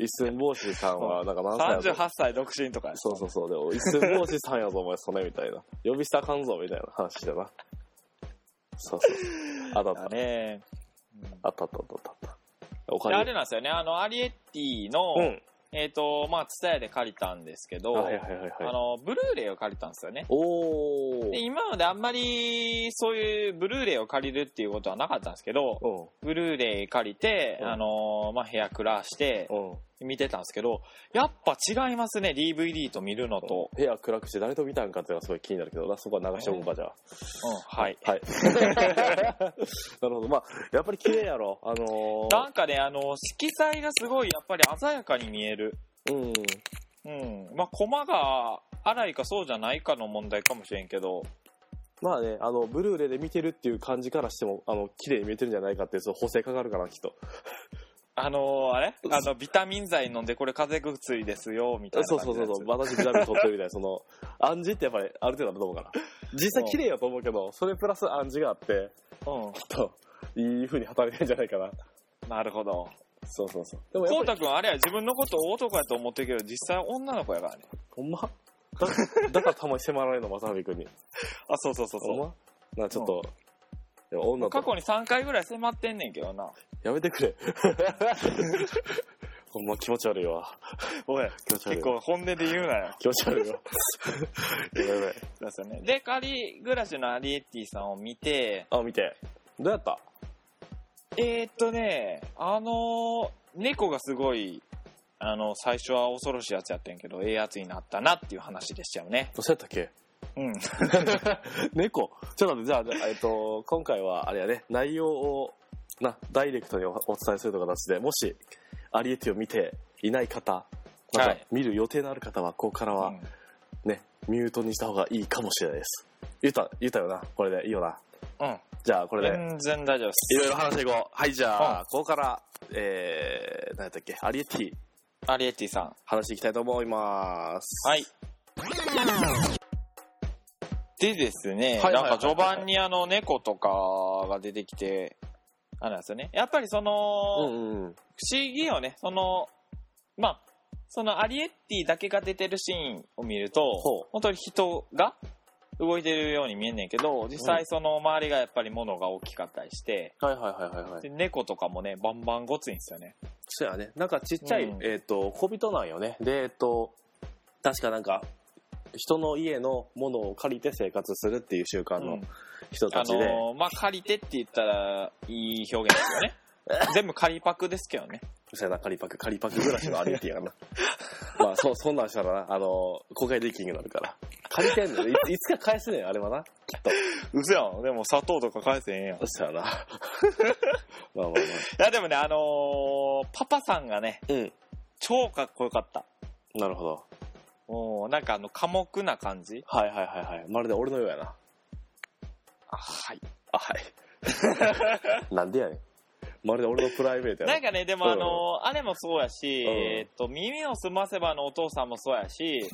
Speaker 3: 一寸帽子さんは、なんか何歳やぞ
Speaker 2: 38歳独身とかや
Speaker 3: そうそうそう。でも、一寸帽子さんやぞ、お前、それみたいな。呼び捨てあかんぞ、みたいな話だな。そうそう。あったあった。
Speaker 2: だね、
Speaker 3: あったあったあったあった。
Speaker 2: う
Speaker 3: お
Speaker 2: んであ
Speaker 3: 金。
Speaker 2: れなんですよねあのアリエッティの、
Speaker 3: うん。
Speaker 2: えっ、とまあ蔦屋で借りたんですけど、
Speaker 3: はいはいはい
Speaker 2: あ
Speaker 3: はい。
Speaker 2: のブルーレイを借りたんですよね
Speaker 3: お
Speaker 2: で
Speaker 3: ー。
Speaker 2: 今まであんまりそういうブルーレイを借りるっていうことはなかったんですけど
Speaker 3: うん。
Speaker 2: ブルーレイ借りて、
Speaker 3: うん
Speaker 2: あのまあ、部屋暮らして、
Speaker 3: うん。
Speaker 2: 見てたんですけど、やっぱ違いますね、DVD と見るのと。
Speaker 3: 部屋暗くして誰と見たんかっていうのがすごい気になるけどな、そこは流しておこうか、じゃあ。
Speaker 2: うん、はい。
Speaker 3: はい。 なるほど。まあ、やっぱり綺麗やろ。あの
Speaker 2: なんかね、あの、色彩がすごいやっぱり鮮やかに見える。
Speaker 3: ー、うん。
Speaker 2: うん。まあ、コマが荒いかそうじゃないかの問題かもしれんけど、
Speaker 3: まあね、あの、ブルーレイで見てるっていう感じからしても、あの、綺麗に見えてるんじゃないかっていう、その補正かかるかな、きっと。
Speaker 2: あのーあれあの、ビタミン剤飲んでこれ風邪薬ですよ、みたいな
Speaker 3: そ
Speaker 2: 感
Speaker 3: う
Speaker 2: じ
Speaker 3: そう
Speaker 2: の
Speaker 3: そう
Speaker 2: やつ。
Speaker 3: そう。私、ビタミン取ってるみたいな、その、 暗示ってやっぱりある程度あると思うから。実際綺麗やと思うけど、それプラス暗示があって、
Speaker 2: う
Speaker 3: きっと、いい風に働いてるんじゃないかな。
Speaker 2: ん。なるほど。
Speaker 3: そうそうそう。でも
Speaker 2: こ
Speaker 3: や
Speaker 2: う
Speaker 3: っぱ
Speaker 2: た
Speaker 3: り、
Speaker 2: くんあれは自分のことを男やと思ってるけど、実際女の子やからね。
Speaker 3: ほんまだだからたまに迫られるの、まさみくんに。
Speaker 2: あ、そうそうそう
Speaker 3: ほん
Speaker 2: そ
Speaker 3: まなんかちょっと、でも女
Speaker 2: う。
Speaker 3: とか
Speaker 2: 過去に3回ぐらい迫ってんねんけどな。
Speaker 3: やめてくれ。 ほんま気持ち悪いわ。
Speaker 2: おい、
Speaker 3: 気持ち悪い
Speaker 2: 結構本音で言うなよ。
Speaker 3: 気持ち悪いわ。やばいやばい。
Speaker 2: ですよね。で、仮暮らしのアリエッティさんを見て、
Speaker 3: あ、見て。どうやった
Speaker 2: えー、っとね、あのー猫がすごい、あの、最初は恐ろしいやつやってんけど、ええやつになったなっていう話でしたよね。
Speaker 3: どうやったっけ
Speaker 2: うん。
Speaker 3: 猫ちょっと待って、じゃあじゃあ、えっと、今回はあれやね、内容を、な、ダイレクトにおお伝えするという形で、もし、アリエティを見ていない方、ま
Speaker 2: は
Speaker 3: た
Speaker 2: い
Speaker 3: 見る予定のある方は、ここから
Speaker 2: う
Speaker 3: は
Speaker 2: ん
Speaker 3: ね、ミュートにした方がいいかもしれないです。言った、言ったよな。これでいいよな。
Speaker 2: うん。
Speaker 3: じゃあ、これで、
Speaker 2: 全然大丈夫で
Speaker 3: い
Speaker 2: す。
Speaker 3: ろいろ話していこう。はい、じゃあ、
Speaker 2: うん
Speaker 3: ここから、えー、何やったっけ、アリエティ、
Speaker 2: アリエッティさん。
Speaker 3: 話していきたいと思います。
Speaker 2: はい。でですね、
Speaker 3: はいはい
Speaker 2: な
Speaker 3: は
Speaker 2: ん
Speaker 3: い
Speaker 2: か序盤にあの猫とかが出てきて、あれなんですよね。やっぱりその、
Speaker 3: うんうんうん。
Speaker 2: 不思議よね、その、まあ、そのアリエッティだけが出てるシーンを見ると
Speaker 3: ほう、
Speaker 2: 本当に人が動いてるように見えんねんけど、実際その周りがやっぱり物が大きかったりして、
Speaker 3: はいはいはいはい、はい
Speaker 2: で。猫とかもね、バンバンごついんですよね。
Speaker 3: そうやね。なんかちっちゃい、
Speaker 2: うん
Speaker 3: えっ、と、小人なんよね。で、えっ、と、確かなんか、人の家のものを借りて生活するっていう習慣
Speaker 2: あの、
Speaker 3: の人
Speaker 2: あ
Speaker 3: たちで、
Speaker 2: のまあ、借りてって言ったらいい表現ですよ ね。全部借りパクですけどね。
Speaker 3: そうやな、借りパク、借りパク暮らしのアリエティ やな。まあ、そう、そんなんしたらな、あの、公開できんようになるから。借りてんのよ。いいつか返すねん、あれはな。
Speaker 2: うそやん。でも砂糖とか返せへんやん。い
Speaker 3: そう やな。まあまあまあ。
Speaker 2: や、でもね、あのーパパさんがね、
Speaker 3: うん。
Speaker 2: 超かっこよかった。
Speaker 3: なるほど。
Speaker 2: もう、なんかあの、寡黙な感じ。
Speaker 3: はいはいはいはい。まるで俺のようやな。
Speaker 2: あはい。
Speaker 3: あ、はい。なんでやねん。まるで俺のプライベートや
Speaker 2: なん
Speaker 3: か、
Speaker 2: かね、でもあのーあれもそうやし、
Speaker 3: うん
Speaker 2: えーっと、耳をすませばのお父さんもそうやし、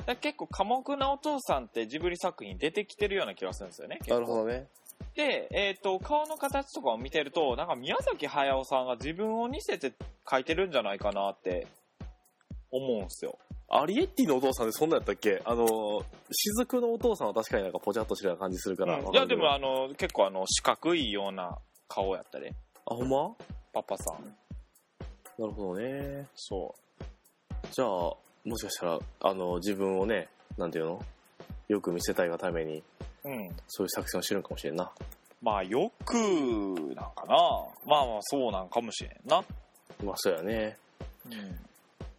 Speaker 2: だから結構寡黙なお父さんってジブリ作品出てきてるような気がするんですよね。
Speaker 3: なるほどね。
Speaker 2: で、えっ、と、顔の形とかを見てると、なんか宮崎駿さんが自分を似せて描いてるんじゃないかなって思うんすよ。
Speaker 3: アリエッティのお父さんでそんなんやったっけあの、雫のお父さんは確かになんかポチャっとしてるような感じするから。
Speaker 2: いや、でも
Speaker 3: あ、
Speaker 2: あの、結構あの、四角いような顔やったで、
Speaker 3: ほんま
Speaker 2: パパさん。
Speaker 3: なるほどね。
Speaker 2: そ
Speaker 3: じゃあ、もしかしたら、あの、自分をね、なんていうのよく見せたいがために、
Speaker 2: う。うん。
Speaker 3: そういう作戦をしてるんかもしれんな。
Speaker 2: まあ、よく、なんかな。まあまあ、そうなんかもしれんな。
Speaker 3: まあ、そうやね。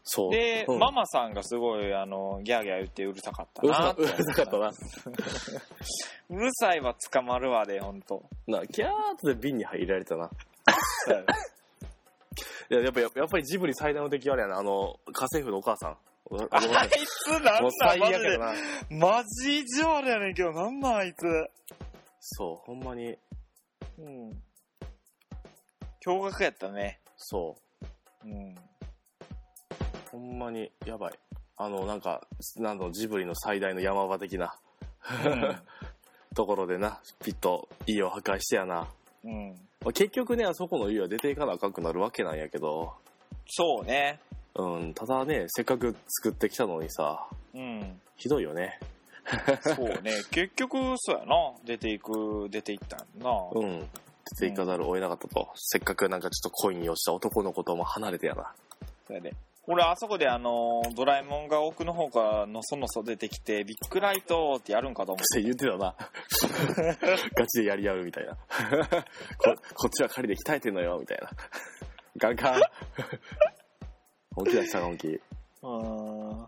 Speaker 3: そう。
Speaker 2: で、
Speaker 3: うん
Speaker 2: ママさんがすごい、あの、ギャーギャー言ってうるさかった
Speaker 3: うる
Speaker 2: な
Speaker 3: さうるさかったな。
Speaker 2: うるさいは捕まるわで、ほんと。
Speaker 3: な、キャーって瓶に入れられたな。いや、やっぱ、やっぱやっぱりジブリ最大の敵はあれやな、あの、家政婦のお母さん。もう
Speaker 2: あいつなんだ、
Speaker 3: 最
Speaker 2: マ
Speaker 3: 悪
Speaker 2: ジで
Speaker 3: や。な。
Speaker 2: マジ意地悪やねんけど、なんなんあいつ。
Speaker 3: そう、ほんまに、
Speaker 2: うん。驚愕やったね。
Speaker 3: そ
Speaker 2: うん。
Speaker 3: う、ほんまに、やばい。あの、なんか、なんだろうジブリの最大の山場的なところでな、ピッと家を破壊してやな。
Speaker 2: うん。
Speaker 3: まあ結局ね、あそこの家は出ていかなあかんくなるわけなんやけど、
Speaker 2: そうね。
Speaker 3: うん、ただね、せっかく作ってきたのにさ、
Speaker 2: うん。
Speaker 3: ひどいよね。
Speaker 2: そう ね。結局、そうやな。出ていく、出ていったんやな。
Speaker 3: うん。出ていかざるを得なかったと。せっかくなんかちょっと恋に落ちた男の子とも離れてやな。
Speaker 2: それで。俺、あそこであのードラえもんが奥の方からのそのそ出てきて、ビッグライトってやるんかと思
Speaker 3: って言ってたな。 ガチでやり合うみたいな。 ここっちは狩りで鍛えてんのよ、みたいな。ガンガン。本気出した本気。
Speaker 2: あ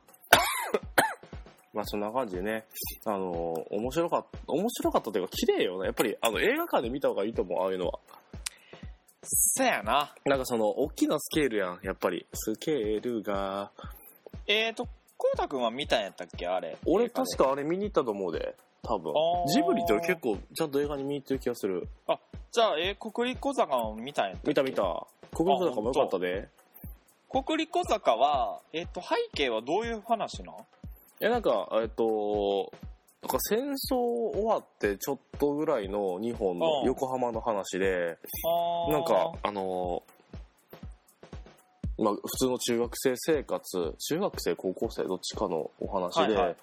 Speaker 3: まあそんな感じでね、あのー面白かった、面白かったというか綺麗よね。やっぱりあの映画館で見た方がいいと思う、ああいうのは。
Speaker 2: そやな。
Speaker 3: なんかその、大きなスケールやん、やっぱり。スケールが。
Speaker 2: えーと、こうたくんは見たんやったっけあれ。
Speaker 3: 俺確かあれ見に行ったと思うで、多分
Speaker 2: あ。ー
Speaker 3: ジブリって俺結構ちゃんと映画に見に行ってる気がする。
Speaker 2: じゃあ、えー、国立小坂も見たんやったっけ
Speaker 3: 見た見た。国立とかもよかったで。
Speaker 2: 国立小坂は、えっ、と、背景はどういう話なん
Speaker 3: いやなんか、えっと、なんか戦争終わってちょっとぐらいの日本の
Speaker 2: うん
Speaker 3: 横浜の話で、
Speaker 2: あー
Speaker 3: なんか、あのーまあ、普通の中学生生活、中学生、高校生、どっちかのお話で、
Speaker 2: はいはい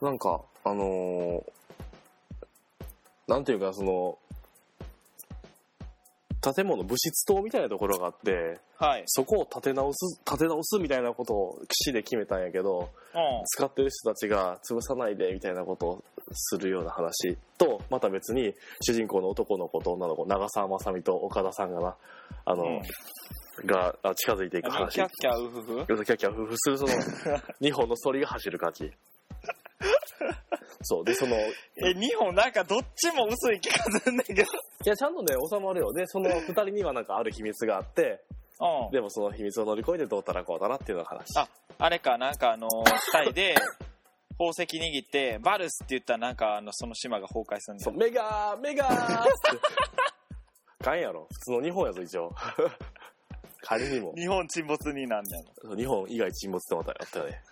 Speaker 2: うん。
Speaker 3: なんか、あのーなんていうか、その、建物、物質棟みたいなところがあって、
Speaker 2: はい。
Speaker 3: そこを建て直す、建て直すみたいなことを市で決めたんやけど、
Speaker 2: うん。
Speaker 3: 使ってる人たちが潰さないでみたいなことをするような話とまた別に主人公の男の子と女の子長澤まさみと岡田さんがなあの、
Speaker 2: うん
Speaker 3: があ近づいていく
Speaker 2: あの
Speaker 3: 話
Speaker 2: キャッキャウフフ
Speaker 3: キャッキャ夫婦するその日本のソリが走る感じそうでそのい
Speaker 2: え、日本なんかどっちも薄い気がするんだけど。
Speaker 3: やちゃんとね収まるよでその2人にはなんかある秘密があって
Speaker 2: うん。
Speaker 3: でもその秘密を乗り越えてどうたらこうだなっていうのが話
Speaker 2: あれか、なんかあのー、二人で、宝石握って、バルスって言ったらなんかあの、その島が崩壊するんだ
Speaker 3: そう
Speaker 2: よ。
Speaker 3: メガーメガーっつってかんやろ普通の日本やぞ一応 仮にも
Speaker 2: 日本沈没になんだよ。
Speaker 3: そう日本以外沈没ってまたやったよね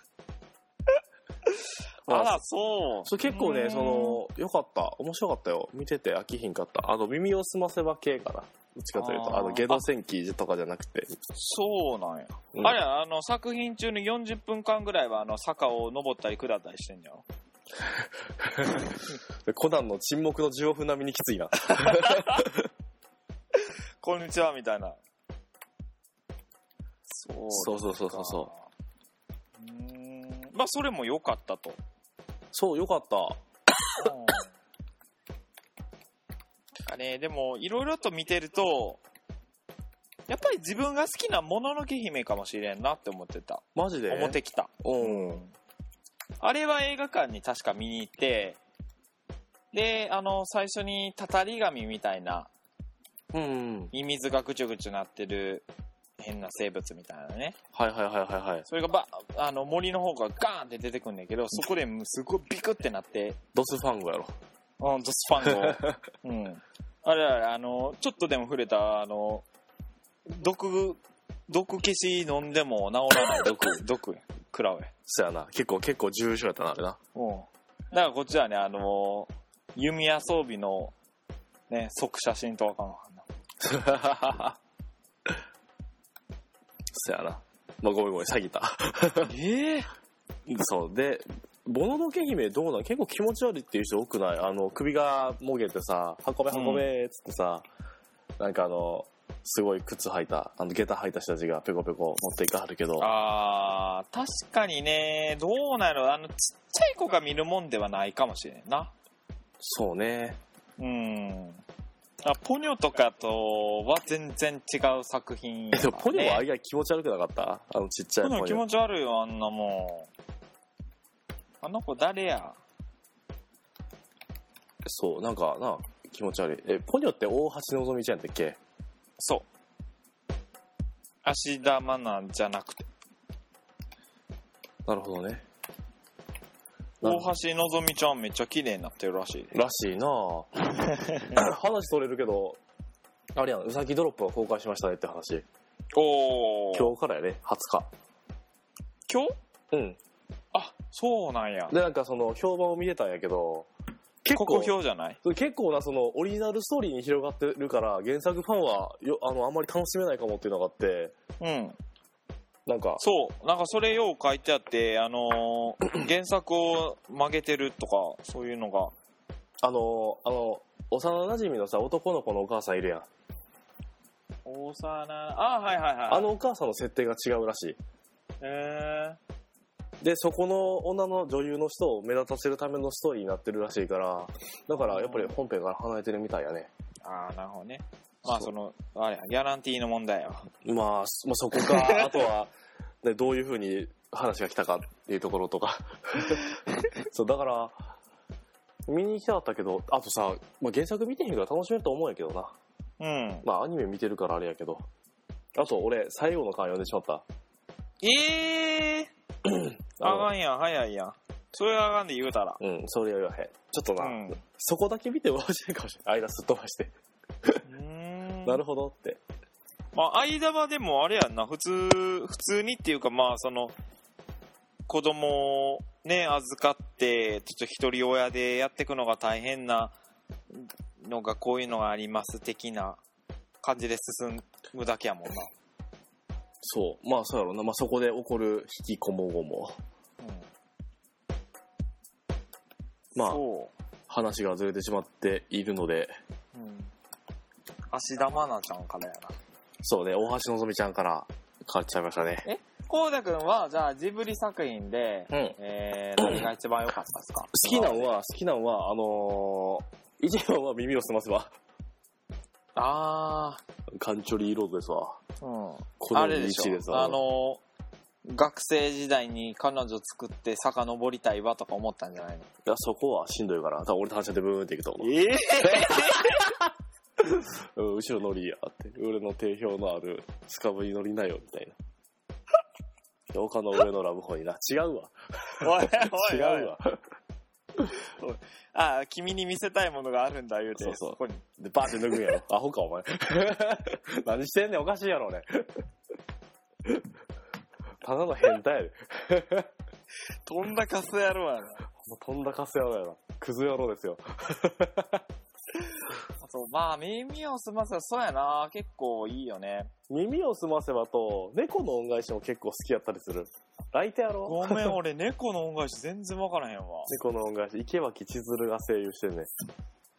Speaker 2: あ
Speaker 3: ま
Speaker 2: ら、そう。
Speaker 3: そう結構
Speaker 2: う
Speaker 3: ね
Speaker 2: ん
Speaker 3: そのよかった面白かったよ見てて飽きひんかったあの耳を澄ませば系かなどっちかというと
Speaker 2: あー
Speaker 3: あのゲド戦記とかじゃなくて、
Speaker 2: そうなんや。
Speaker 3: うん
Speaker 2: あれやあの、作品中に40分間ぐらいは、あの、坂を登ったり下ったりしてんじゃん。
Speaker 3: コナンの沈黙の15分並みにきついな
Speaker 2: こんにちは、みたいな。そう。
Speaker 3: そうそうそうそうそう
Speaker 2: うーん。まあ、それも良かったと。
Speaker 3: そうよかった
Speaker 2: なんかね、でも、いろいろと見てると、やっぱり自分が好きなもののけ姫かもしれんなって思ってた。
Speaker 3: マジで
Speaker 2: 思ってきた。
Speaker 3: うん
Speaker 2: あれは映画館に確か見に行って、で、あの、最初にたたり神みたいな、
Speaker 3: うん
Speaker 2: ミミズがぐちゅぐちゅなってる変な生物みたいなね。
Speaker 3: はいはいはいはいはい
Speaker 2: それがば、あの、森の方がガーンって出てくるんだけど、そこでもうすごいビクってなって、
Speaker 3: ドスファンゴやろ
Speaker 2: うん、ドスファンゴ。うん。あれあれ、あの、ちょっとでも触れた、あの、毒、毒消し飲んでも治らない毒、毒や、食らうや。
Speaker 3: そやな結構結構重症やったなあれな
Speaker 2: うん。だからこっちはね、あの、弓矢装備の、ね、即写真とわかんわかんな。
Speaker 3: そやな。まあ、ごめんごめん、詐欺た。
Speaker 2: ええ
Speaker 3: そう。で、もののけ姫どうなん結構気持ち悪いっていう人多くないあの、首がもげてさ、運べ
Speaker 2: うん
Speaker 3: 運べっつってさ、なんかあの、すごい靴履いた、あの、下駄履いた人たちがペコペコ持っていかはるけど、
Speaker 2: あー、確かにね、どうなのあの、ちっちゃい子が見るもんではないかもしれんな。
Speaker 3: そうね。
Speaker 2: うん。あ、ポニョとかとは全然違う作品
Speaker 3: え、
Speaker 2: や
Speaker 3: で
Speaker 2: からね、
Speaker 3: もポニョはあれが気持ち悪くなかったあのちっちゃい
Speaker 2: ポニョ
Speaker 3: ポニ
Speaker 2: 気
Speaker 3: ョ。
Speaker 2: 持ち悪いよ、あんなもん。あの子誰や
Speaker 3: そう、なんかな、気持ち悪い。え、ポニョって大橋のぞみちゃんやったっけ
Speaker 2: そう。芦田愛菜じゃなくて、
Speaker 3: なるほどね。
Speaker 2: 大橋のぞみちゃんめっちゃ綺麗になってるらしいで。
Speaker 3: らしいなぁ 話取れるけど、あれやん、うさぎドロップが公開しましたねって話。
Speaker 2: おー。
Speaker 3: 今日からやね、20日。
Speaker 2: 今日
Speaker 3: うん。
Speaker 2: あ、そうなんや。
Speaker 3: で、なんかその、評判を見てたんやけど、結
Speaker 2: こ
Speaker 3: 構、
Speaker 2: こ表じゃない
Speaker 3: 結構なその、オリジナルストーリーに広がってるから、原作ファンは、よ、あの、あんまり楽しめないかもっていうのがあって、
Speaker 2: うん。
Speaker 3: なんか、
Speaker 2: そう、なんかそれよう書いてあって、あの ー原作を曲げてるとか、そういうのが。
Speaker 3: あの、あの、幼馴染のさ、男の子のお母さんいるやん。
Speaker 2: 大沢な、あ、はいはいはい。
Speaker 3: あのお母さんの設定が違うらし
Speaker 2: え
Speaker 3: い。で、そこの女の女優の人を目立たせるためのストーリーになってるらしいから、だからやっぱり本編から離れてるみたいやね。
Speaker 2: ー、あーなるほどね。まあそ
Speaker 3: そう
Speaker 2: の、あれや、ギャランティーの問題やわ。
Speaker 3: まあ、そまあ、そこか。あとは、ね、どういうふうに話が来たかっていうところと かそうだから見に行きたかったけどあとさ、まあ、原作見てへんから楽しめると思うんやけどな
Speaker 2: うん。
Speaker 3: まあアニメ見てるからあれやけどあと俺最後の巻読んでしまった
Speaker 2: ええー、あかんやん、早いやん。それはあかんで言うたら。
Speaker 3: うんそれは言わへんちょっと
Speaker 2: う
Speaker 3: な、
Speaker 2: ん。う
Speaker 3: そこだけ見て面白いかもしれない間すっ飛ばして、
Speaker 2: ー ん
Speaker 3: なるほどって
Speaker 2: まあ、間はでもあれやんな、普通、普通にっていうか、まあ、その、子供をね、預かって、ちょっと一人親でやっていくのが大変なのが、こういうのがあります的な感じで進むだけやもんな。
Speaker 3: そうまあそうやろうな、まあ、そこで起こる引きこもごも
Speaker 2: うん、
Speaker 3: まあ
Speaker 2: そ
Speaker 3: 話がずれてしまっているので
Speaker 2: う。うん。芦田愛菜ちゃんからやな。
Speaker 3: そうね大橋のぞみちゃんから変わっちゃいましたね
Speaker 2: こうだくんは、じゃあ、ジブリ作品で、
Speaker 3: うん
Speaker 2: えー、何が一番良かったですか
Speaker 3: 好きなんは、好きなんは、あのー、一番は耳を澄ませば、
Speaker 2: あ
Speaker 3: カンチョリーロードですわ。
Speaker 2: ー、うん。
Speaker 3: こ
Speaker 2: あ
Speaker 3: の
Speaker 2: れで
Speaker 3: 道
Speaker 2: し
Speaker 3: です
Speaker 2: ょ
Speaker 3: わ。
Speaker 2: あの学生時代に彼女作って遡りたいわとか思ったんじゃないの
Speaker 3: いや、そこはしんどいから、多分俺単車でブーンって行くと思
Speaker 2: ええ
Speaker 3: う。うん後ろ乗りやって、俺の定評のあるスカブに乗りなよ、みたい な。丘の上のラブホにな。違うわ。
Speaker 2: おい
Speaker 3: 違
Speaker 2: おいお
Speaker 3: う
Speaker 2: い
Speaker 3: わ。
Speaker 2: ああ君に見せたいものがあるんだ言うて
Speaker 3: そうそう
Speaker 2: そこに
Speaker 3: で、バーって脱ぐんやろ。アホか、お前。 何してんねん、おかしいやろ、俺。ただの変態やで。
Speaker 2: とんだカス野郎やな
Speaker 3: もうとんだカス野郎やな。クズ野郎ですよ。
Speaker 2: あとまあ耳を澄ませばそうやな結構いいよね
Speaker 3: 耳を澄ませばと、猫の恩返しも結構好きやったりする。泣いてやろ
Speaker 2: ごめん俺猫の恩返し全然分からへんわ
Speaker 3: 猫の恩返し、池脇千鶴が声優してんね。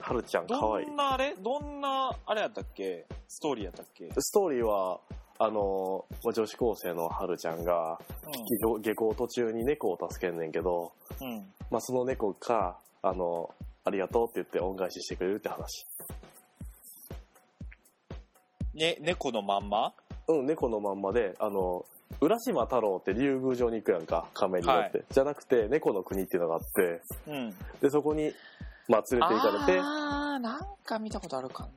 Speaker 3: はるちゃん、 か
Speaker 2: ど
Speaker 3: わいい
Speaker 2: ん。なあれどんなあれやったっけストーリーやったっけ、うん、
Speaker 3: ストーリーは、あのー、女子高生のはるちゃんが、下下校途中に猫を助けんねんけど、
Speaker 2: うん、
Speaker 3: まあ、その猫が、あのー、ありがとうって言って恩返ししてくれるって話。
Speaker 2: ね猫のまんま
Speaker 3: うん、猫のまんまで、あの、浦島太郎って竜宮城に行くやんか、亀に乗って。じゃなくて、猫の国っていうのがあって、
Speaker 2: うん
Speaker 3: で、そこに、まあ、連れて行かれて、
Speaker 2: ああ、なんか見たことあるか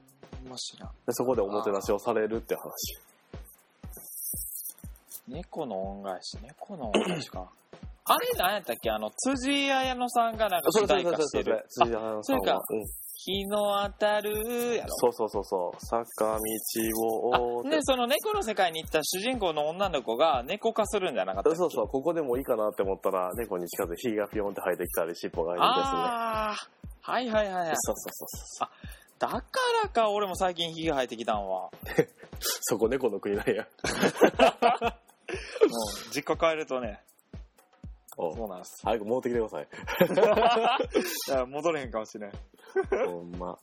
Speaker 2: もしらん。
Speaker 3: でそこでおもてなしをされるって話。
Speaker 2: 猫の恩返し、猫の恩返しか。 あれ何やったっけあの、辻彩乃さんがなんか主題歌してる。
Speaker 3: そ
Speaker 2: あ
Speaker 3: れそれ
Speaker 2: それか
Speaker 3: うん
Speaker 2: 日の当たるやろ。
Speaker 3: そうそうそうそう。坂道を追
Speaker 2: あ
Speaker 3: って
Speaker 2: で、。その猫の世界に行った主人公の女の子が猫化するんじゃなかったっけ
Speaker 3: そうそう、ここでもいいかなって思ったら、猫に近づいて、火がピョンって生えてきたり、尻尾が生えてきたりするね。
Speaker 2: ああ、はいはいはいはい。
Speaker 3: そうそうそうそう。
Speaker 2: だからか、俺も最近火が生えてきたんは。
Speaker 3: そこ猫の国なんや。
Speaker 2: 実家帰るとね、
Speaker 3: お
Speaker 2: そうなんです。
Speaker 3: 早く戻ってきてください。
Speaker 2: いや戻れへんかもしれん。
Speaker 3: ほんま。ま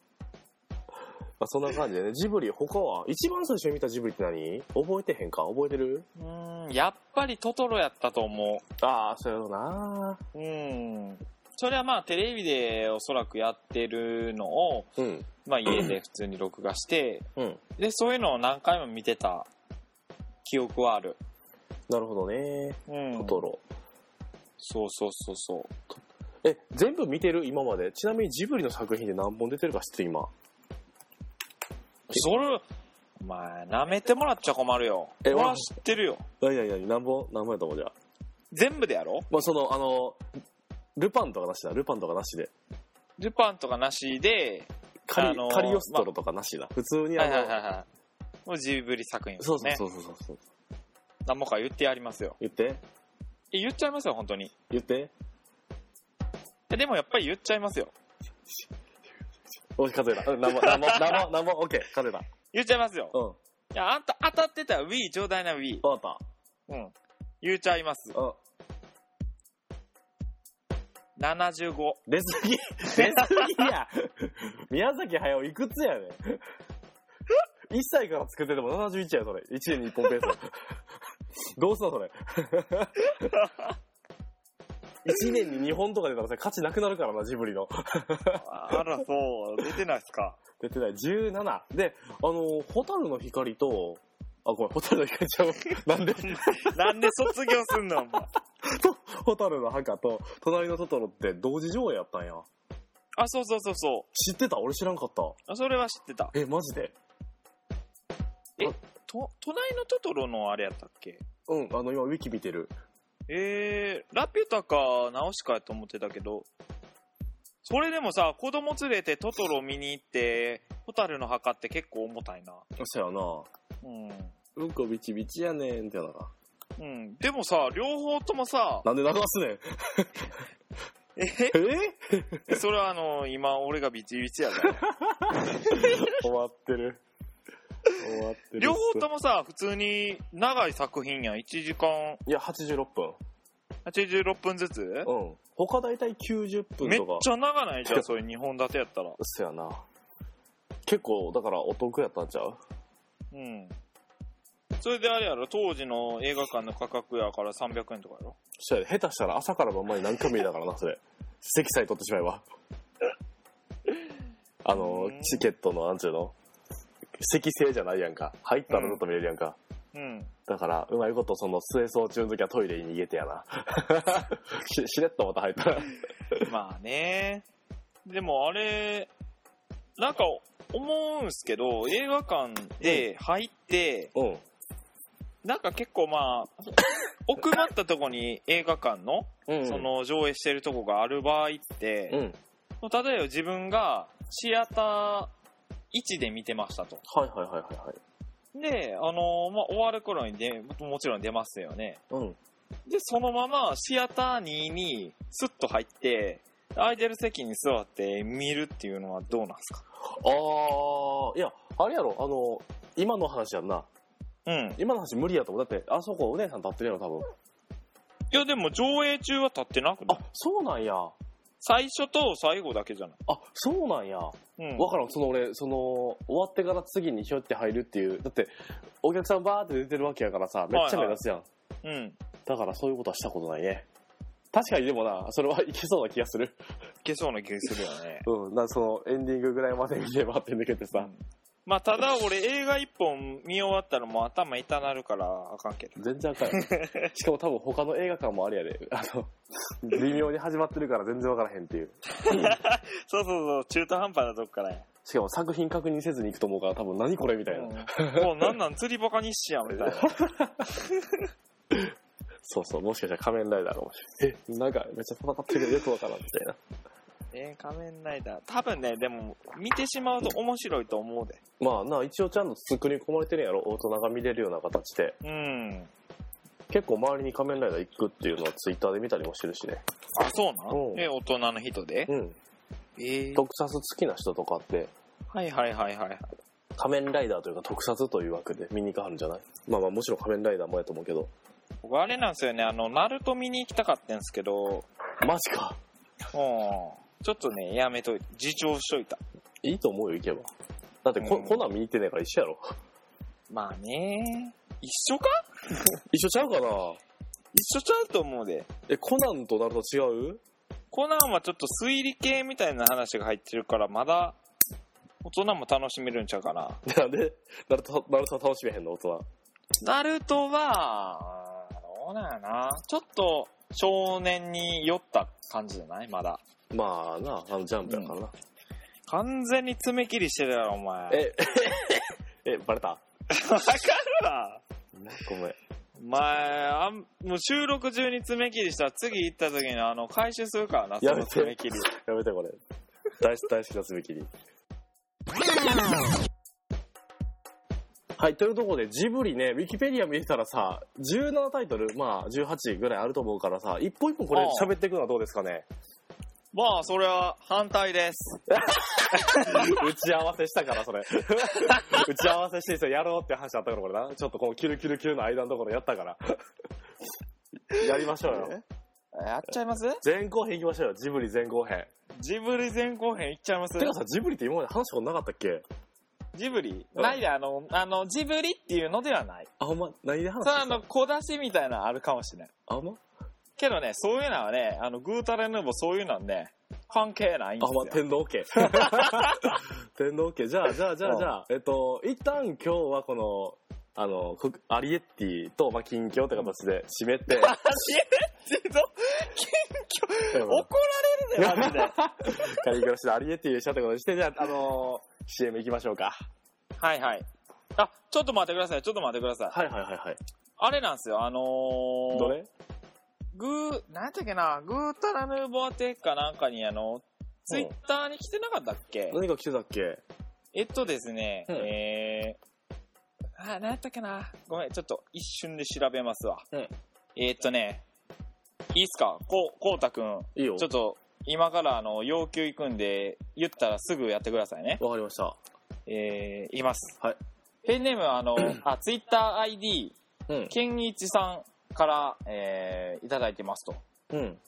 Speaker 3: あ、そんな感じでね、ジブリ、他は、一番最初に見たジブリって何覚えてへんか覚えてる
Speaker 2: うーん、やっぱりトトロやったと思う。
Speaker 3: ああ、そうやろうな
Speaker 2: うん。それはまあテレビでおそらくやってるのを、
Speaker 3: うん。
Speaker 2: まあ家 で普通に録画して、
Speaker 3: うん。
Speaker 2: で、そういうのを何回も見てた記憶はある。
Speaker 3: なるほどね。
Speaker 2: うん。
Speaker 3: トトロ。
Speaker 2: そうそうそうそう。
Speaker 3: え、全部見てる今まで。ちなみにジブリの作品で何本出てるか知ってる今。
Speaker 2: それ、お前、舐めてもらっちゃ困るよ。
Speaker 3: え
Speaker 2: 俺は
Speaker 3: わ
Speaker 2: 知ってるよ。
Speaker 3: 何何何何本何本やと思うじゃあ。
Speaker 2: 全部でやろ
Speaker 3: まあ、その、あの、ルパンとかなしだ。ルパンとかなしで。
Speaker 2: ルパンとかなしで、
Speaker 3: カリ,、
Speaker 2: あのー
Speaker 3: カリオストロとかなしだ。普通にあ
Speaker 2: はい
Speaker 3: の、
Speaker 2: はいはいはい。もうジブリ作品です
Speaker 3: そう
Speaker 2: ね。
Speaker 3: そうそうそうそう、
Speaker 2: 何もか言ってやりますよ。
Speaker 3: 言って、
Speaker 2: え言っちゃいますよ、本当に。
Speaker 3: 言って。
Speaker 2: えでもやっぱり言っちゃいますよ。
Speaker 3: おい、数えた。うん、何本、何本、何本、何本、オッケー、数えた。
Speaker 2: 言っちゃいますよ。
Speaker 3: うん、わ
Speaker 2: いや、あんた当たってたら Wii ちょうだいな Wii。
Speaker 3: かった。
Speaker 2: うん。言うちゃいます。
Speaker 3: うん。
Speaker 2: 75。
Speaker 3: 出過ぎ、出過ぎや。宮崎駿いくつやねん。1歳から作ってても71や、それ。1年に1本ペース。どうすんの、それ。1年に2本とか出たらさ、価値なくなるからな、ジブリの。
Speaker 2: あら、そう。出てないっすか。
Speaker 3: 出てない。17。で、あの、ホタルの光と、あ、ごめん、ホタルの光ちゃう。なんで
Speaker 2: なんで卒業すんのお前
Speaker 3: ホタルの墓と、隣のトトロって同時上映やったんや。
Speaker 2: あ、そうそうそうそう。
Speaker 3: 知ってた俺知らんかった。
Speaker 2: あそれは知ってた。
Speaker 3: え、マジで
Speaker 2: と、隣のトトロのあれやったっけ
Speaker 3: うん、あの、今、ウィキ見てる。
Speaker 2: えー、ラピュタかナオシカやと思ってたけど、それでもさ、子供連れてトトロ見に行って、ホタルの墓って結構重たいな。
Speaker 3: そやな。
Speaker 2: うん。
Speaker 3: うんこビチビチやねん、みたいな。
Speaker 2: うん。でもさ、両方ともさ、
Speaker 3: なんで流すねん。
Speaker 2: え
Speaker 3: え
Speaker 2: それはあの、今俺がビチビチやで。
Speaker 3: 終わってる。終わってる。
Speaker 2: 両方ともさ、普通に長い作品やん。1時間
Speaker 3: いや、86分。
Speaker 2: 86分ずつ
Speaker 3: うん。他大体90分
Speaker 2: めっ
Speaker 3: とか。
Speaker 2: ちゃ長ないじ ゃん、それ2本立てやったら。
Speaker 3: そやな。結構、だからお得やったんちゃう
Speaker 2: うん。それであれやろ、当時の映画館の価格やから300円とかやろ。
Speaker 3: そやで、下手したら朝から晩まで何回もいいだからな、それ。席さえ取ってしまえば。あの
Speaker 2: うん、
Speaker 3: チケットの、なんちゅうの席制じゃないやんか。入ったらずっと見れるやんか。
Speaker 2: うん。
Speaker 3: だから、うまいこと、その、末走中の時はトイレに逃げてやな。 し、しれっとまた入ったら。
Speaker 2: まあね。でもあれ、なんか思うんすけど、映画館で入って、
Speaker 3: うん。
Speaker 2: なんか結構まあ、奥まったとこに映画館の、
Speaker 3: うん。
Speaker 2: そ、の上映してるとこがある場合って、
Speaker 3: うん。
Speaker 2: 例えば自分がシアター1で見てましたと。
Speaker 3: はいはいはいはいはい。
Speaker 2: で、あのまあ、終わる頃にで、もちろん出ますよね。
Speaker 3: うん。
Speaker 2: で、そのままシアター2にスッと入って、空いてる席に座って見るっていうのはどうなんですか
Speaker 3: あー、いや、あれやろ、あの、今の話やんな。
Speaker 2: うん。い
Speaker 3: 今の話無理やと思う。だって、あそこお姉さん立ってるやろ、多分。
Speaker 2: や、でも上映中は立ってなくない
Speaker 3: あ、そうなんや。あ、
Speaker 2: 最初と最後だけじゃない
Speaker 3: そうなんや。わ
Speaker 2: うん。
Speaker 3: からん、その俺、その、終わってから次にひょって入るっていう。だって、お客さんバーって出てるわけやからさ、めっちゃ目立つやん。
Speaker 2: うん。い
Speaker 3: だからそういうことはしたことないね。確かにでもな、それはいけそうな気がする。。
Speaker 2: けそうな気がするよ ね
Speaker 3: うん、なそのエンディングぐらいまで見ればって抜けてさ、
Speaker 2: まあ、ただ俺映画一本見終わったらもう頭痛なるからあかんけど。
Speaker 3: 全然あかんよしかも多分他の映画館もあれやで、あの、微妙に始まってるから全然わからへんっていう。
Speaker 2: そうそうそう、中途半端なとこからや。
Speaker 3: しかも作品確認せずに行くと思うから多分何これみたいな。
Speaker 2: うんもうなんなん釣りバカにしやんみたいな。
Speaker 3: そうそう、もしかしたら仮面ライダーかもしれない。え、なんかめっちゃ戦ってるよくわからんみたいな。
Speaker 2: えー、仮面ライダー。多分ね、でも、見てしまうと面白いと思うで。
Speaker 3: まあな、一応ちゃんと作り込まれてるんやろ、大人が見れるような形で。
Speaker 2: うん。
Speaker 3: 結構周りに仮面ライダー行くっていうのはツイッターで見たりもしてるしね。
Speaker 2: あ、そうな
Speaker 3: おうん
Speaker 2: え、大人の人で
Speaker 3: うん。
Speaker 2: えー、
Speaker 3: 特撮好きな人とかって、
Speaker 2: はいはいはいはいはい。
Speaker 3: 仮面ライダーというか特撮という枠で見に行かはるんじゃないまあまあもちろん仮面ライダーもやと思うけど。
Speaker 2: 僕あれなんですよね、あの、ナルト見に行きたかったんですけど、
Speaker 3: マジか。
Speaker 2: うん。ちょっとね、やめといて、自重しといた。
Speaker 3: いいと思うよ、行けば。だってこ、
Speaker 2: うん
Speaker 3: コナン見に行ってねえから一緒やろ。
Speaker 2: まあね、一緒か
Speaker 3: 一緒ちゃうかな
Speaker 2: 一緒ちゃうと思うで。
Speaker 3: え、コナンとなると違う
Speaker 2: コナンはちょっと推理系みたいな話が入ってるから、まだ、大人も楽しめるんちゃうかな。
Speaker 3: なんで、ナルト、ナルトは楽しめへんの、大人。
Speaker 2: ナルトは、どうなんやな。ちょっと、少年に酔った感じじゃないまだ。
Speaker 3: まあな、あのジャンプやからな。
Speaker 2: 完全に爪切りしてるやろ、お前。
Speaker 3: え、 え、バレた
Speaker 2: わかるわ。
Speaker 3: ごめん。
Speaker 2: お前、あんもう収録中に爪切りしたら次行った時にあの、回収するからな、そ
Speaker 3: やめ
Speaker 2: の
Speaker 3: て
Speaker 2: 爪切り。
Speaker 3: やめて、これ。大好き、大好きな爪切り。はい、というところで、ジブリね、ウィキペディア見てたらさ、17タイトル、まあ18ぐらいあると思うからさ、一本一本これ喋っていくのはどうですかね
Speaker 2: まあ、それは反対です。
Speaker 3: 打ち合わせしたから、それ。打ち合わせしてさ、やろうって話あったから、これな。ちょっとこのキュルキュルキュルの間のところやったから。やりましょうよ。
Speaker 2: やっちゃいます
Speaker 3: 前後編行きましょうよ、ジブリ前後編。
Speaker 2: ジブリ前後編行っちゃいます
Speaker 3: てかさ、ジブリって今まで話したことなかったっけ
Speaker 2: ジブリ
Speaker 3: うん
Speaker 2: ないで、あの、あの、ジブリっていうのではない。
Speaker 3: あ、ほんま、何で話し
Speaker 2: それ
Speaker 3: た
Speaker 2: あの、小出しみたいなのあるかもしれない。
Speaker 3: あ、ほんま
Speaker 2: けどね、そういうのはね、あの、グータレヌーボーそういうのはね、関係ないんで
Speaker 3: あ、まあ、
Speaker 2: すよ。
Speaker 3: 天皇 家。天皇家。じゃあ、じゃあ、じゃあ、じゃあ、えっと、一旦今日はこの、あの、こアリエッティと、まあ、近況って形で締め て、
Speaker 2: 怒られるね、 マジで。
Speaker 3: 仮暮らしでアリエッティでしたってことにして、じゃあ、あの CM 行きましょうか。
Speaker 2: はいはい。あ、ちょっと待ってください、ちょっと待ってください。
Speaker 3: はいはいはいはい。
Speaker 2: あれなんですよ、あのー、
Speaker 3: どれ
Speaker 2: グー、なんていうっけな、グータラヌーボーテかなんかに、あの、ツイッターに来てなかったっけ
Speaker 3: 何が来てたっけ
Speaker 2: えっとですね、
Speaker 3: うん
Speaker 2: えー、あ、なんやったっけな。ごめん、ちょっと一瞬で調べますわ。
Speaker 3: うん
Speaker 2: えーっとね、いいっすかこう、こうたくん。
Speaker 3: いいよ。
Speaker 2: ちょっと、今からあの、要求行くんで、言ったらすぐやってくださいね。
Speaker 3: わかりました。
Speaker 2: えー、言います。
Speaker 3: はい。
Speaker 2: ペンネームはあの、あ、ツイッター ID、
Speaker 3: うん。
Speaker 2: ケンイチさんから、えー、いただいてますと。
Speaker 3: うん。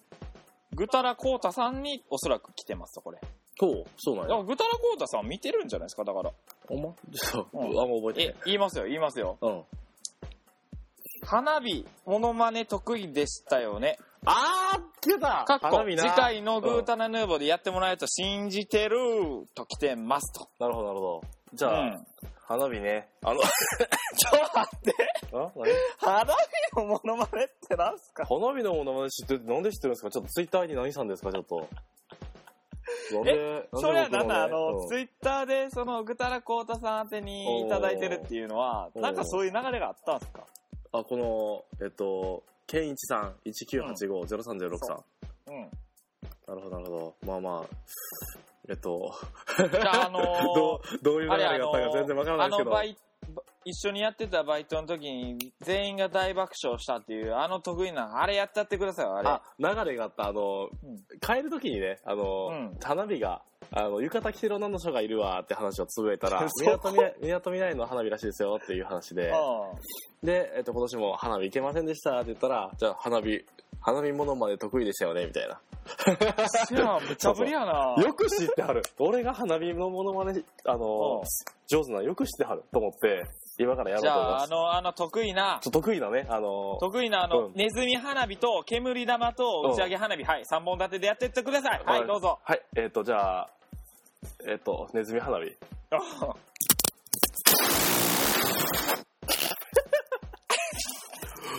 Speaker 2: ぐたらこうたさんにおそらく来てますと、これ。
Speaker 3: そう、そうなん
Speaker 2: だ
Speaker 3: や
Speaker 2: から。ぐたらこうたさん見てるんじゃないですか、だから。
Speaker 3: ほんま そう、
Speaker 2: うん
Speaker 3: あんま覚えてな
Speaker 2: え
Speaker 3: い。、
Speaker 2: 言いますよ、言いますよ。
Speaker 3: うん。
Speaker 2: 花火モノマネ得意でしたよね。
Speaker 3: あー来てた
Speaker 2: かっこ
Speaker 3: 花火
Speaker 2: 次
Speaker 3: な
Speaker 2: 回のグータナヌーボーでやってもらえると信じてると来てますと。
Speaker 3: なるほど、なるほど。じ
Speaker 2: う
Speaker 3: ゃあ、
Speaker 2: ん。
Speaker 3: 花火ね。あ の、
Speaker 2: ちょっと待って、
Speaker 3: あ何
Speaker 2: 花火のモノマネってなん すか
Speaker 3: 花火のものまね知ってて、なんで知ってるんですかちょっとツイッターに何さんですかちょっと。なんで、なんで僕
Speaker 2: それはなんだ、あ
Speaker 3: ね
Speaker 2: の、
Speaker 3: うん
Speaker 2: ツイッターでそのぐたらこうたさん宛てにいただいてるっていうのは、
Speaker 3: おー
Speaker 2: なんかそういう流れがあったんすか
Speaker 3: あ、この、えっと、ケンイチさん、1985-0306さん。
Speaker 2: うん。
Speaker 3: なるほど、なるほど。まあまあ、えっと、
Speaker 2: じゃあ、 あのー
Speaker 3: どう、どういう流れがあったか全然わからな
Speaker 2: あ
Speaker 3: いですけ
Speaker 2: の
Speaker 3: ど。
Speaker 2: バイバ一緒にやってたバイトの時に全員が大爆笑したっていうあの得意なあれやっちゃってくださいよあれ
Speaker 3: あ、流れがあった、あ
Speaker 2: う
Speaker 3: の、
Speaker 2: ん
Speaker 3: 帰るときにね、あの、
Speaker 2: うん
Speaker 3: 花火が、あの、浴衣着てる女の人がいるわって話をつぶえた
Speaker 2: 、
Speaker 3: ら
Speaker 2: そ
Speaker 3: みなとみらみなとみらいの花火らしいですよっていう話で、
Speaker 2: うん
Speaker 3: で、えっと、今年も花火行けませんでしたって言ったら、じゃあ花火、花火ものまで得意でしたよね、みたいな。
Speaker 2: じゃあ、むちゃぶりやな。
Speaker 3: よく知ってはる。俺が花火のものまね、あ
Speaker 2: う
Speaker 3: の
Speaker 2: ん、
Speaker 3: 上手なのよく知ってはると思って、今からやろう
Speaker 2: じ
Speaker 3: と
Speaker 2: ゃ
Speaker 3: 思いま
Speaker 2: あ、あ
Speaker 3: す。ちょ
Speaker 2: の、あの、得意な
Speaker 3: っ、と得意なね、あの、
Speaker 2: 得意な、あの、
Speaker 3: うん
Speaker 2: ネズミ花火と、煙玉と、打ち上げ花火、はい、3本立てでやってってください。はい、どうぞ。
Speaker 3: はい、えっ、と、じゃあ、えっ、と、ネズミ花火。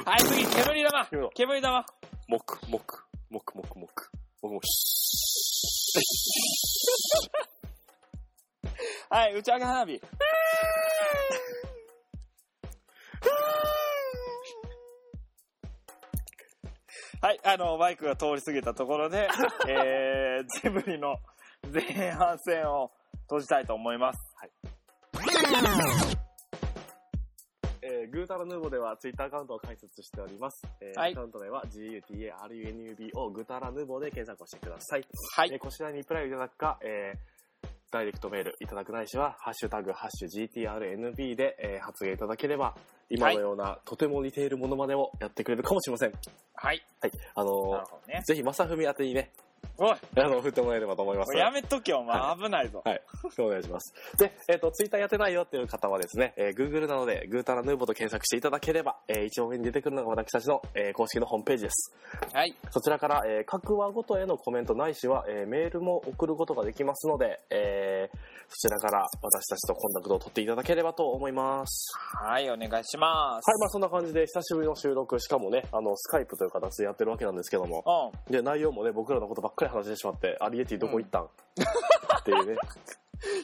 Speaker 2: はい、次、煙玉煙
Speaker 3: 煙玉。
Speaker 2: 玉。
Speaker 3: 木、木、木、木、木。僕も、
Speaker 2: はい、打ち上げ花火。 はい、あの、バイクが通り過ぎたところで、 えー、ジブリの前半戦を閉じたいと思います。
Speaker 3: えー、グータラヌーボーではツイッターアカウントを開設しております。えー
Speaker 2: はい
Speaker 3: アカウント名は GUTARUNUBO グータラヌーボーで検索をしてください。
Speaker 2: は
Speaker 3: えー
Speaker 2: い。
Speaker 3: こちらにリプライをいただくか、えーダイレクトメールいただくないしは、ハッシュタグ、ハッシュ GTRNB で、えー発言いただければ、今のような、とても似ているものまでをやってくれるかもしれません。
Speaker 2: はい。
Speaker 3: はい。あの
Speaker 2: なる
Speaker 3: ー
Speaker 2: ほどね。
Speaker 3: ぜひ、まさふみ宛てにね、
Speaker 2: おい、
Speaker 3: あの、振ってもらえればと思います
Speaker 2: こ。れやめとけよ、お前。危ないぞ。
Speaker 3: はい。お願いします。で、えっ、と、ツイッターやってないよっていう方はですね、えー Google などで、グータラヌーボと検索していただければ、えー一応上に出てくるのが私たちの、えー公式のホームページです。
Speaker 2: はい。
Speaker 3: そちらから、えー各話ごとへのコメントないしは、えーメールも送ることができますので、えーそちらから私たちとコンタクトを取っていただければと思います。
Speaker 2: はい、お願いします。
Speaker 3: はい、まあそんな感じで久しぶりの収録、しかもね、あの、スカイプという形でやってるわけなんですけども、
Speaker 2: うん。
Speaker 3: で、内容もね、僕らのことばっかり話してしまって、アリエティどこ行ったん、っていうね、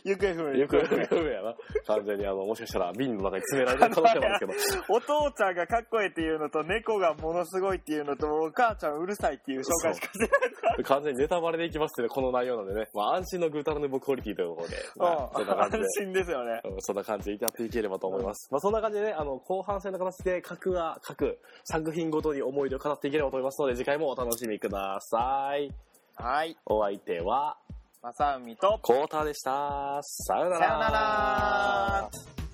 Speaker 2: 行方不明。
Speaker 3: 行方不明やな。完全にあの、もしかしたら瓶の中に詰められてる可能性もあるん ですけど。
Speaker 2: お父ちゃんがかっこいいっていうのと、猫がものすごいっていうのと、お母ちゃんうるさいっていう紹介しかして
Speaker 3: 完全にネタバレでいきますけど、この内容なんでね。まあ安心のグータラヌボクオリティということで。まあそんな
Speaker 2: ない。
Speaker 3: 感じ
Speaker 2: 安
Speaker 3: で。
Speaker 2: 心ですよね。
Speaker 3: うんそんな感じでやっていければと思います。まあそんな感じでね、あの、後半戦の形で各は各作品ごとに思い出を語っていければと思いますので、次回もお楽しみください。
Speaker 2: はい。
Speaker 3: お相手は、
Speaker 2: まさうみと、
Speaker 3: コーターでした。さよなら。
Speaker 2: さよなら